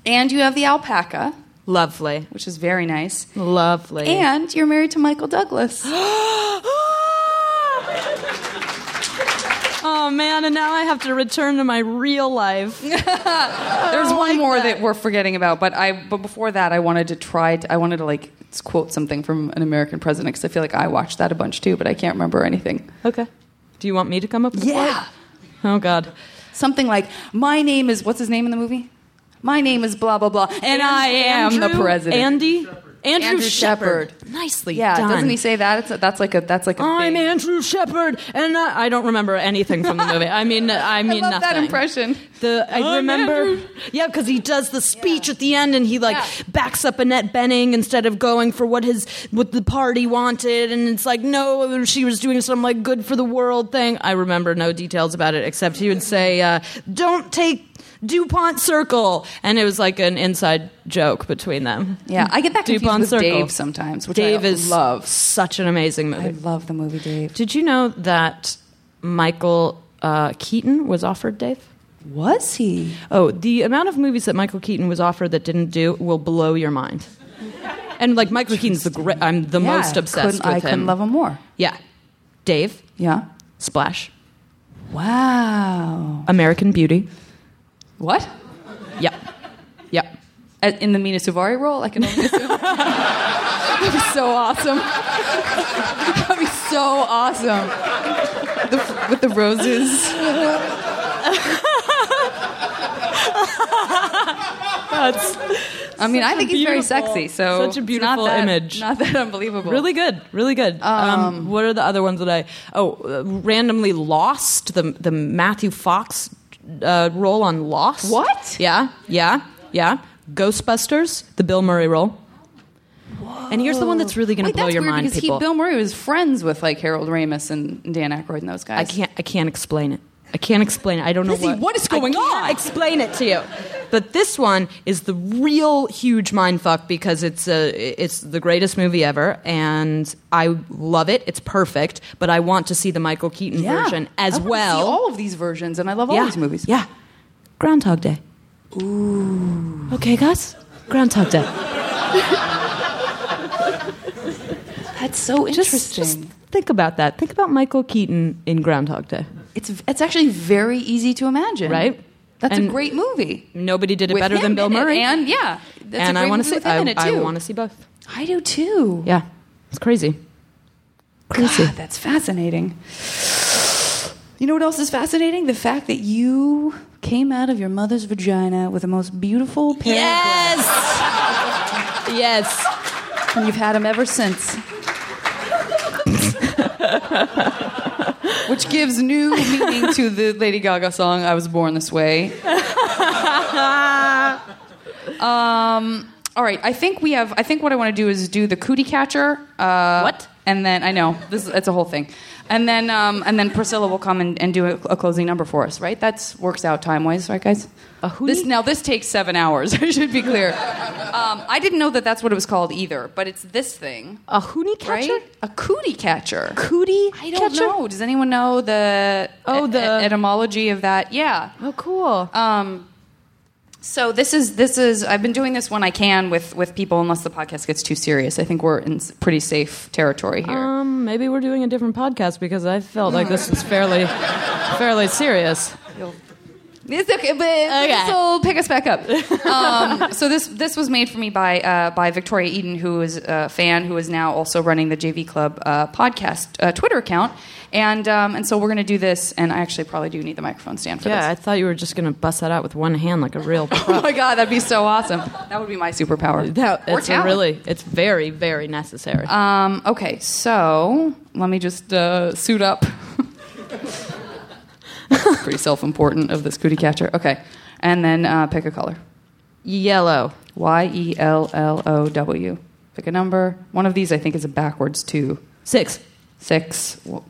[SPEAKER 3] and you have the alpaca,
[SPEAKER 4] Lovely, Mm.
[SPEAKER 3] which is very nice.
[SPEAKER 4] lovely.
[SPEAKER 3] And you're married to Michael Douglas.
[SPEAKER 4] oh man, and now I have to return to my real life.
[SPEAKER 3] There's one more that. we're forgetting about, but I but before that, I wanted to try. To, I wanted to like quote something from an American president because I feel like I watched that a bunch too, but I can't remember anything.
[SPEAKER 4] Okay. Do you want me to come up? with
[SPEAKER 3] Yeah,
[SPEAKER 4] one? Oh God.
[SPEAKER 3] something like my name is what's his name in the movie? My name is blah blah blah, and I am the
[SPEAKER 4] Andrew-
[SPEAKER 3] president.
[SPEAKER 4] Andy. Andrew,
[SPEAKER 3] Andrew
[SPEAKER 4] Shepard.
[SPEAKER 3] Shepard.
[SPEAKER 4] Nicely
[SPEAKER 3] yeah,
[SPEAKER 4] done.
[SPEAKER 3] doesn't he say that? It's a, that's like a that's like a
[SPEAKER 4] I'm
[SPEAKER 3] thing.
[SPEAKER 4] Andrew Shepard, and I, I don't remember anything from the movie. I mean, I
[SPEAKER 3] I
[SPEAKER 4] mean
[SPEAKER 3] love
[SPEAKER 4] nothing.
[SPEAKER 3] that impression.
[SPEAKER 4] The I
[SPEAKER 3] I'm
[SPEAKER 4] remember,
[SPEAKER 3] Andrew.
[SPEAKER 4] yeah, because he does the speech at the end, and he like
[SPEAKER 3] Yeah.
[SPEAKER 4] backs up Annette Benning instead of going for what his what the party wanted, and it's like no, she was doing some like good for the world thing. I remember no details about it except he would say, uh, "Don't take." DuPont Circle, and it was like an inside joke between them.
[SPEAKER 3] Yeah, I get that confused
[SPEAKER 4] DuPont
[SPEAKER 3] with
[SPEAKER 4] Circle.
[SPEAKER 3] Dave sometimes, which
[SPEAKER 4] Dave
[SPEAKER 3] I
[SPEAKER 4] is
[SPEAKER 3] love.
[SPEAKER 4] such an amazing
[SPEAKER 3] I
[SPEAKER 4] movie.
[SPEAKER 3] love the movie Dave.
[SPEAKER 4] Did you know that Michael uh, Keaton was offered Dave?
[SPEAKER 3] Was he?
[SPEAKER 4] Oh, the amount of movies that Michael Keaton was offered that didn't do will blow your mind. And like Michael Keaton's the great, I'm the most obsessed
[SPEAKER 3] I
[SPEAKER 4] with
[SPEAKER 3] couldn't
[SPEAKER 4] him.
[SPEAKER 3] love him more.
[SPEAKER 4] yeah, Dave,
[SPEAKER 3] Yeah.
[SPEAKER 4] Splash,
[SPEAKER 3] Wow.
[SPEAKER 4] American Beauty.
[SPEAKER 3] What?
[SPEAKER 4] Yeah, yeah.
[SPEAKER 3] At- In the Mina Suvari role? I can only assume. That'd be so awesome. That'd be so awesome. The, with the roses.
[SPEAKER 4] That's
[SPEAKER 3] I mean, I
[SPEAKER 4] Such a
[SPEAKER 3] think he's very
[SPEAKER 4] beautiful-
[SPEAKER 3] sexy. So
[SPEAKER 4] such a
[SPEAKER 3] it's
[SPEAKER 4] beautiful
[SPEAKER 3] not that,
[SPEAKER 4] image.
[SPEAKER 3] Not that unbelievable.
[SPEAKER 4] really good, really good. Um, what are the other ones that I? Oh, uh, randomly lost the the Matthew Fox uh, role on Lost.
[SPEAKER 3] What?
[SPEAKER 4] Yeah, yeah, yeah. Ghostbusters, the Bill Murray role. And here's the one that's really going to
[SPEAKER 3] Wait,
[SPEAKER 4] blow
[SPEAKER 3] that's
[SPEAKER 4] your
[SPEAKER 3] weird
[SPEAKER 4] mind,
[SPEAKER 3] because
[SPEAKER 4] people.
[SPEAKER 3] He, Bill Murray was friends with like Harold Ramis and Dan Aykroyd and those guys.
[SPEAKER 4] I can't. I can't explain it. I can't explain it. I don't
[SPEAKER 3] Lizzie,
[SPEAKER 4] know what.
[SPEAKER 3] what is going
[SPEAKER 4] I can't
[SPEAKER 3] on?
[SPEAKER 4] Explain it to you. But this one is the real huge mind fuck because it's a, it's the greatest movie ever, and I love it. It's perfect, but I want to see the Michael Keaton
[SPEAKER 3] Yeah.
[SPEAKER 4] version as
[SPEAKER 3] I wanna
[SPEAKER 4] well.
[SPEAKER 3] See all of these versions, and I love all
[SPEAKER 4] yeah.
[SPEAKER 3] these movies.
[SPEAKER 4] Yeah. Groundhog Day. Ooh. Okay, guys. Groundhog Day.
[SPEAKER 1] That's so
[SPEAKER 4] Just-
[SPEAKER 1] interesting.
[SPEAKER 4] Just, think about that. Think about Michael Keaton in Groundhog Day,
[SPEAKER 1] it's it's actually very easy to imagine,
[SPEAKER 4] right?
[SPEAKER 1] That's
[SPEAKER 4] And
[SPEAKER 1] a great movie.
[SPEAKER 4] Nobody did it
[SPEAKER 1] With
[SPEAKER 4] better
[SPEAKER 1] him
[SPEAKER 4] than Bill
[SPEAKER 1] in it,
[SPEAKER 4] Murray.
[SPEAKER 1] and yeah, that's
[SPEAKER 4] and
[SPEAKER 1] a
[SPEAKER 4] I
[SPEAKER 1] great
[SPEAKER 4] want to
[SPEAKER 1] movie with
[SPEAKER 4] see.
[SPEAKER 1] him
[SPEAKER 4] I,
[SPEAKER 1] in it too.
[SPEAKER 4] want to see both.
[SPEAKER 1] I do too.
[SPEAKER 4] Yeah, it's crazy. Crazy.
[SPEAKER 1] God, that's fascinating. You know what else is fascinating? The fact that you came out of your mother's vagina with the most beautiful pair of
[SPEAKER 4] Yes. yes.
[SPEAKER 1] breasts, and you've had them ever since.
[SPEAKER 3] Which gives new meaning to the Lady Gaga song "I Was Born This Way." um, all right, I think we have. I think what I want to do is do the cootie catcher. Uh,
[SPEAKER 4] What?
[SPEAKER 3] And then I know this. is- It's a whole thing. And then um, and then Priscilla will come and, and do a, a closing number for us. Right? That's works out time wise, right, guys?
[SPEAKER 4] A hootie?
[SPEAKER 3] This now this takes seven hours. I should be clear. Um, I didn't know that that's what it was called either, but it's this thing,
[SPEAKER 4] A hoonie catcher.
[SPEAKER 3] right? A cootie catcher.
[SPEAKER 4] Cootie.
[SPEAKER 3] I don't
[SPEAKER 4] catcher?
[SPEAKER 3] know. Does anyone know the
[SPEAKER 4] Oh,
[SPEAKER 3] e-
[SPEAKER 4] the-
[SPEAKER 3] e- etymology of that? Yeah.
[SPEAKER 4] Oh, cool.
[SPEAKER 3] Um, so this is this is I've been doing this when I can with with people unless the podcast gets too serious. I think we're in s- pretty safe territory here.
[SPEAKER 4] Um, maybe we're doing a different podcast because I felt like this is fairly, fairly serious.
[SPEAKER 3] It's okay, but this will pick us back up. Um, so this this was made for me by uh, by Victoria Eden, who is a fan who is now also running the JV Club uh, podcast uh, Twitter account, and um, and so we're going to do this. And I actually probably do need the microphone stand for
[SPEAKER 4] Yeah, I
[SPEAKER 3] this.
[SPEAKER 4] thought you were just gonna bust that out with one hand like a real pro.
[SPEAKER 3] Oh my god, that'd be so awesome. That would be my superpower.
[SPEAKER 4] That-
[SPEAKER 3] Or
[SPEAKER 4] it's a
[SPEAKER 3] talent.
[SPEAKER 4] really, it's very, very necessary.
[SPEAKER 3] Um, okay, so let me just uh, suit up. That's pretty self-important of this cootie catcher. Okay, and then uh, pick a color.
[SPEAKER 4] Yellow.
[SPEAKER 3] Y e l l o w. Pick a number. One of these, I think, is a backwards two.
[SPEAKER 4] Six.
[SPEAKER 3] Six. Well,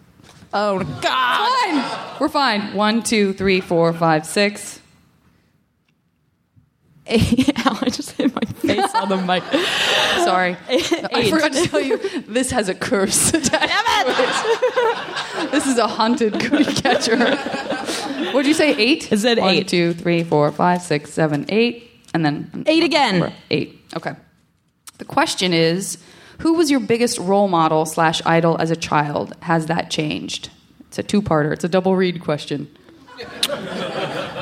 [SPEAKER 4] Oh God.
[SPEAKER 3] Fine. We're fine. One, two, three, four, five, six.
[SPEAKER 4] Ow, I just hit my face on the mic.
[SPEAKER 3] Sorry. I
[SPEAKER 4] Eight.
[SPEAKER 3] forgot to tell you, this has a curse attached to it. This is a haunted cootie catcher. What'd you say, eight?
[SPEAKER 4] I said
[SPEAKER 3] One,
[SPEAKER 4] eight.
[SPEAKER 3] two, three, four, five, six, seven, eight, and then...
[SPEAKER 4] Eight again.
[SPEAKER 3] Number Eight, okay. The question is, who was your biggest role model slash idol as a child? Has that changed? It's a two-parter. It's a double read question.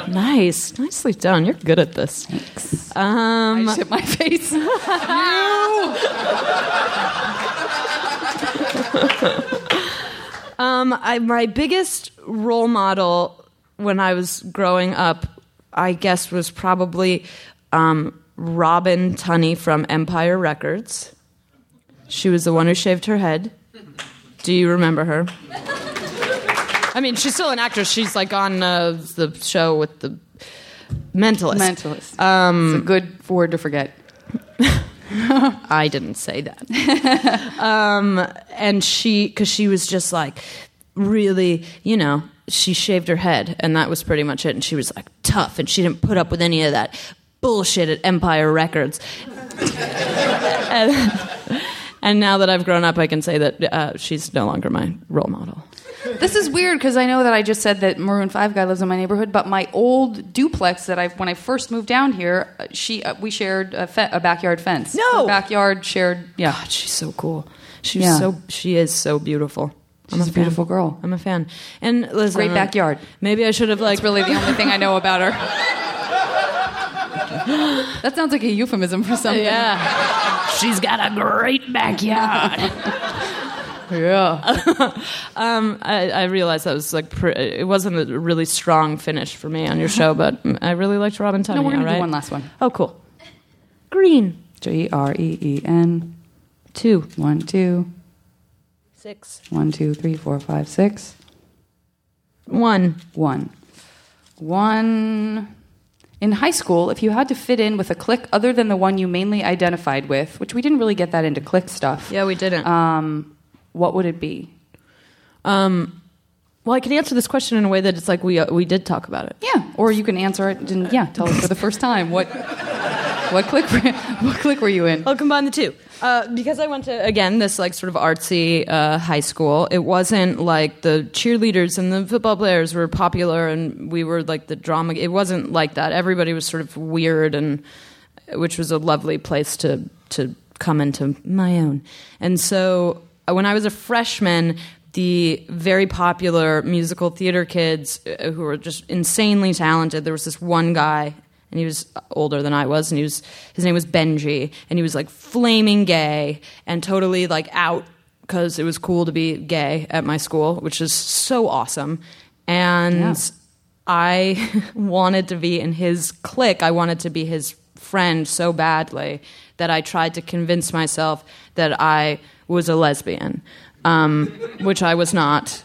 [SPEAKER 4] Nice, nicely done. You're good at this.
[SPEAKER 3] Thanks. I
[SPEAKER 4] Um,
[SPEAKER 3] just hit my face.
[SPEAKER 4] um, I, my biggest role model when I was growing up, I guess, was probably um, Robin Tunney from Empire Records. She was the one who shaved her head. Do you remember her? I mean, she's still an actress. She's like on uh, the show with the mentalist.
[SPEAKER 3] Mentalist. Um, it's a good word to forget.
[SPEAKER 4] I didn't say that. um, and she, because she was just like, really, you know, she shaved her head, and that was pretty much it. And she was like tough, and she didn't put up with any of that bullshit at Empire Records. and, and now that I've grown up, I can say that uh, she's no longer my role model.
[SPEAKER 3] This is weird because I know that I just said that Maroon Five guy lives in my neighborhood, but my old duplex that I when I first moved down here, uh, she uh, we shared a, fe- a backyard fence.
[SPEAKER 4] No!
[SPEAKER 3] Her backyard shared. Yeah,
[SPEAKER 4] God, she's so cool. She's
[SPEAKER 3] Yeah.
[SPEAKER 4] so she is so beautiful.
[SPEAKER 3] She's a beautiful
[SPEAKER 4] fan.
[SPEAKER 3] girl.
[SPEAKER 4] I'm a fan. And listen,
[SPEAKER 3] Great backyard.
[SPEAKER 4] Maybe I should have like
[SPEAKER 3] that's really the only thing I know about her. that sounds like a euphemism for something.
[SPEAKER 4] Yeah. She's got a great backyard. yeah. um, I, I realized that was like, pr- it wasn't a really strong finish for me on your show, but mm, I really liked Robin Tunney.
[SPEAKER 3] No, we're gonna
[SPEAKER 4] all right?
[SPEAKER 3] do one last one.
[SPEAKER 4] Oh, cool. Green.
[SPEAKER 3] G R E E N
[SPEAKER 4] Two.
[SPEAKER 3] one two
[SPEAKER 4] Six.
[SPEAKER 3] one two three four five six.
[SPEAKER 4] One.
[SPEAKER 3] One. One. In high school, if you had to fit in with a clique other than the one you mainly identified with, which we didn't really get that into clique stuff,
[SPEAKER 4] Yeah, we didn't.
[SPEAKER 3] um, what would it be?
[SPEAKER 4] well, I can answer this question in a way that it's like we, uh, we did talk about it.
[SPEAKER 3] Yeah, or you can answer it and yeah, tell us for the first time what what clique were- what clique were you in?
[SPEAKER 4] I'll combine the two. Uh, because I went to, again, this like sort of artsy uh, high school, it wasn't like the cheerleaders and the football players were popular and we were like the drama. It wasn't like that. Everybody was sort of weird and which was a lovely place to to come into my own. And so uh, when I was a freshman, the very popular musical theater kids uh, who were just insanely talented. There was this one guy, and he was older than I was, and he was his name was Benji, and he was like flaming gay and totally like out because it was cool to be gay at my school, which is so awesome. And I wanted to be in his clique. I wanted to be his friend so badly that I tried to convince myself that I was a lesbian, um, which I was not.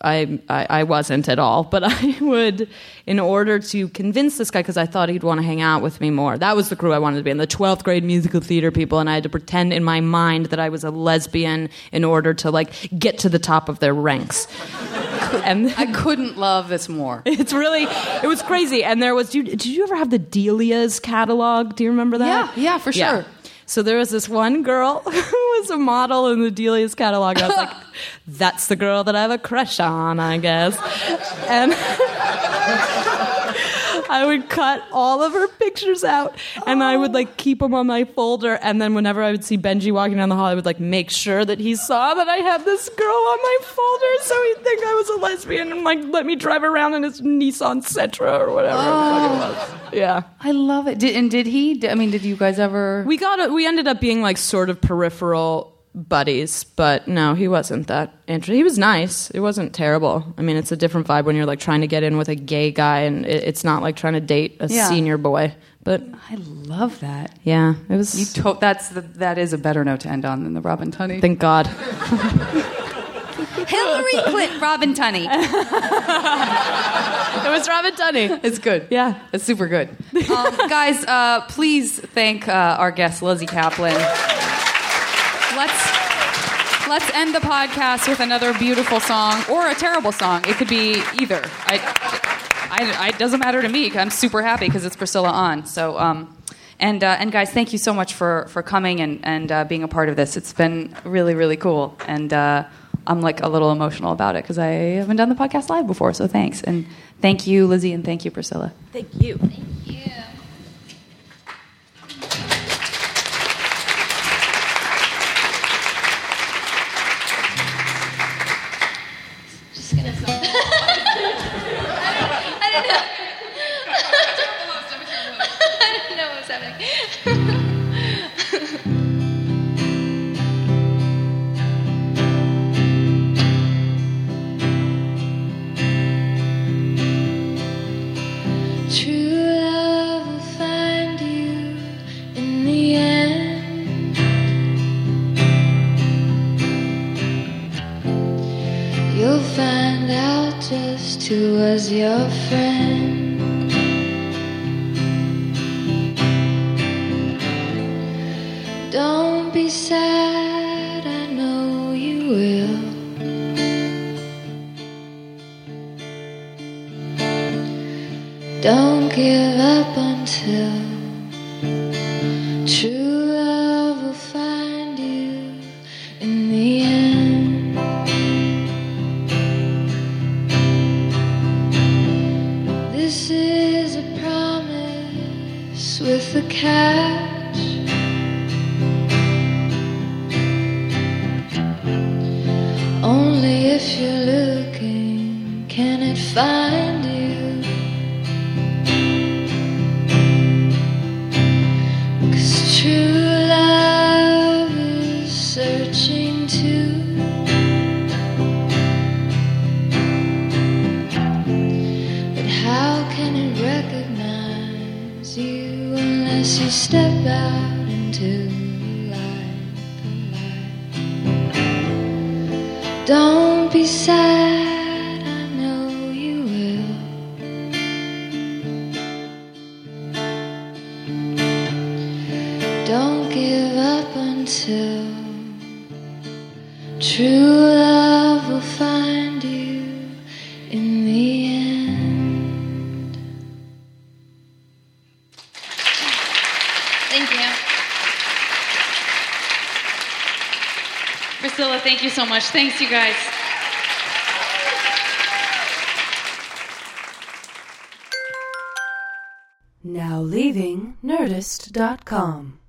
[SPEAKER 4] I, I I wasn't at all, but I would, in order to convince this guy, because I thought he'd want to hang out with me more. That was the crew I wanted to be in, the twelfth grade musical theater people, and I had to pretend in my mind that I was a lesbian in order to like get to the top of their ranks. and
[SPEAKER 3] I couldn't love this more.
[SPEAKER 4] it's really it was crazy and there was do you, did you ever have the delia's catalog do you remember
[SPEAKER 3] Yeah,
[SPEAKER 4] that
[SPEAKER 3] yeah, for sure.
[SPEAKER 4] so there was this one girl who was a model in the delia's catalog and i was like that's the girl that i have a crush on i guess and I would cut all of her pictures out and I would like keep them on my folder. And then whenever I would see Benji walking down the hall, I would like make sure that he saw that I had this girl on my folder so he'd think I was a lesbian and like let me drive around in his Nissan Sentra or whatever the fuck it was. Yeah.
[SPEAKER 3] I love it. Did, and did he? Did, I mean, did you guys ever?
[SPEAKER 4] We got, we ended up being like sort of peripheral buddies, but no, he wasn't that interesting. He was nice. It wasn't terrible. I mean, it's a different vibe when you're like trying to get in with a gay guy and it, it's not like trying to date a
[SPEAKER 3] Yeah.
[SPEAKER 4] senior boy. But
[SPEAKER 3] I love that.
[SPEAKER 4] Yeah, it was.
[SPEAKER 3] You to- that's the, that is a better note to end on than the Robin Tunney.
[SPEAKER 4] thank God.
[SPEAKER 3] Hillary Clinton, Robin Tunney.
[SPEAKER 4] it was Robin Tunney.
[SPEAKER 3] It's good.
[SPEAKER 4] Yeah.
[SPEAKER 3] it's super good. Um, guys, uh, please thank uh, our guest Lizzie Kaplan. Let's let's end the podcast with another beautiful song or a terrible song. It could be either. I, I, I- it doesn't matter to me. 'cause I'm super happy because it's Priscilla on. So. Um, and, uh, and guys, thank you so much for, for coming and, and uh, being a part of this. It's been really, really cool. And uh, I'm like a little emotional about it because I haven't done the podcast live before. So thanks. And thank you, Lizzie, and thank you, Priscilla.
[SPEAKER 2] Just gonna. I don't know. I don't know what was happening. True love will find you in the end. You'll find out just who was your friend. Don't be sad, I know you will. Don't give up until true love will find you in the end. This is a promise with a catch. Only if you're looking can it find you. 'Cause true love is searching too. But how can it recognize you unless you step out into the light, the light? Don't be sad, I know you will. Don't give up until true love will find you in the end. Thank you.
[SPEAKER 5] Priscilla, thank you so much. Thanks, you guys.
[SPEAKER 6] Now leaving Nerdist.com.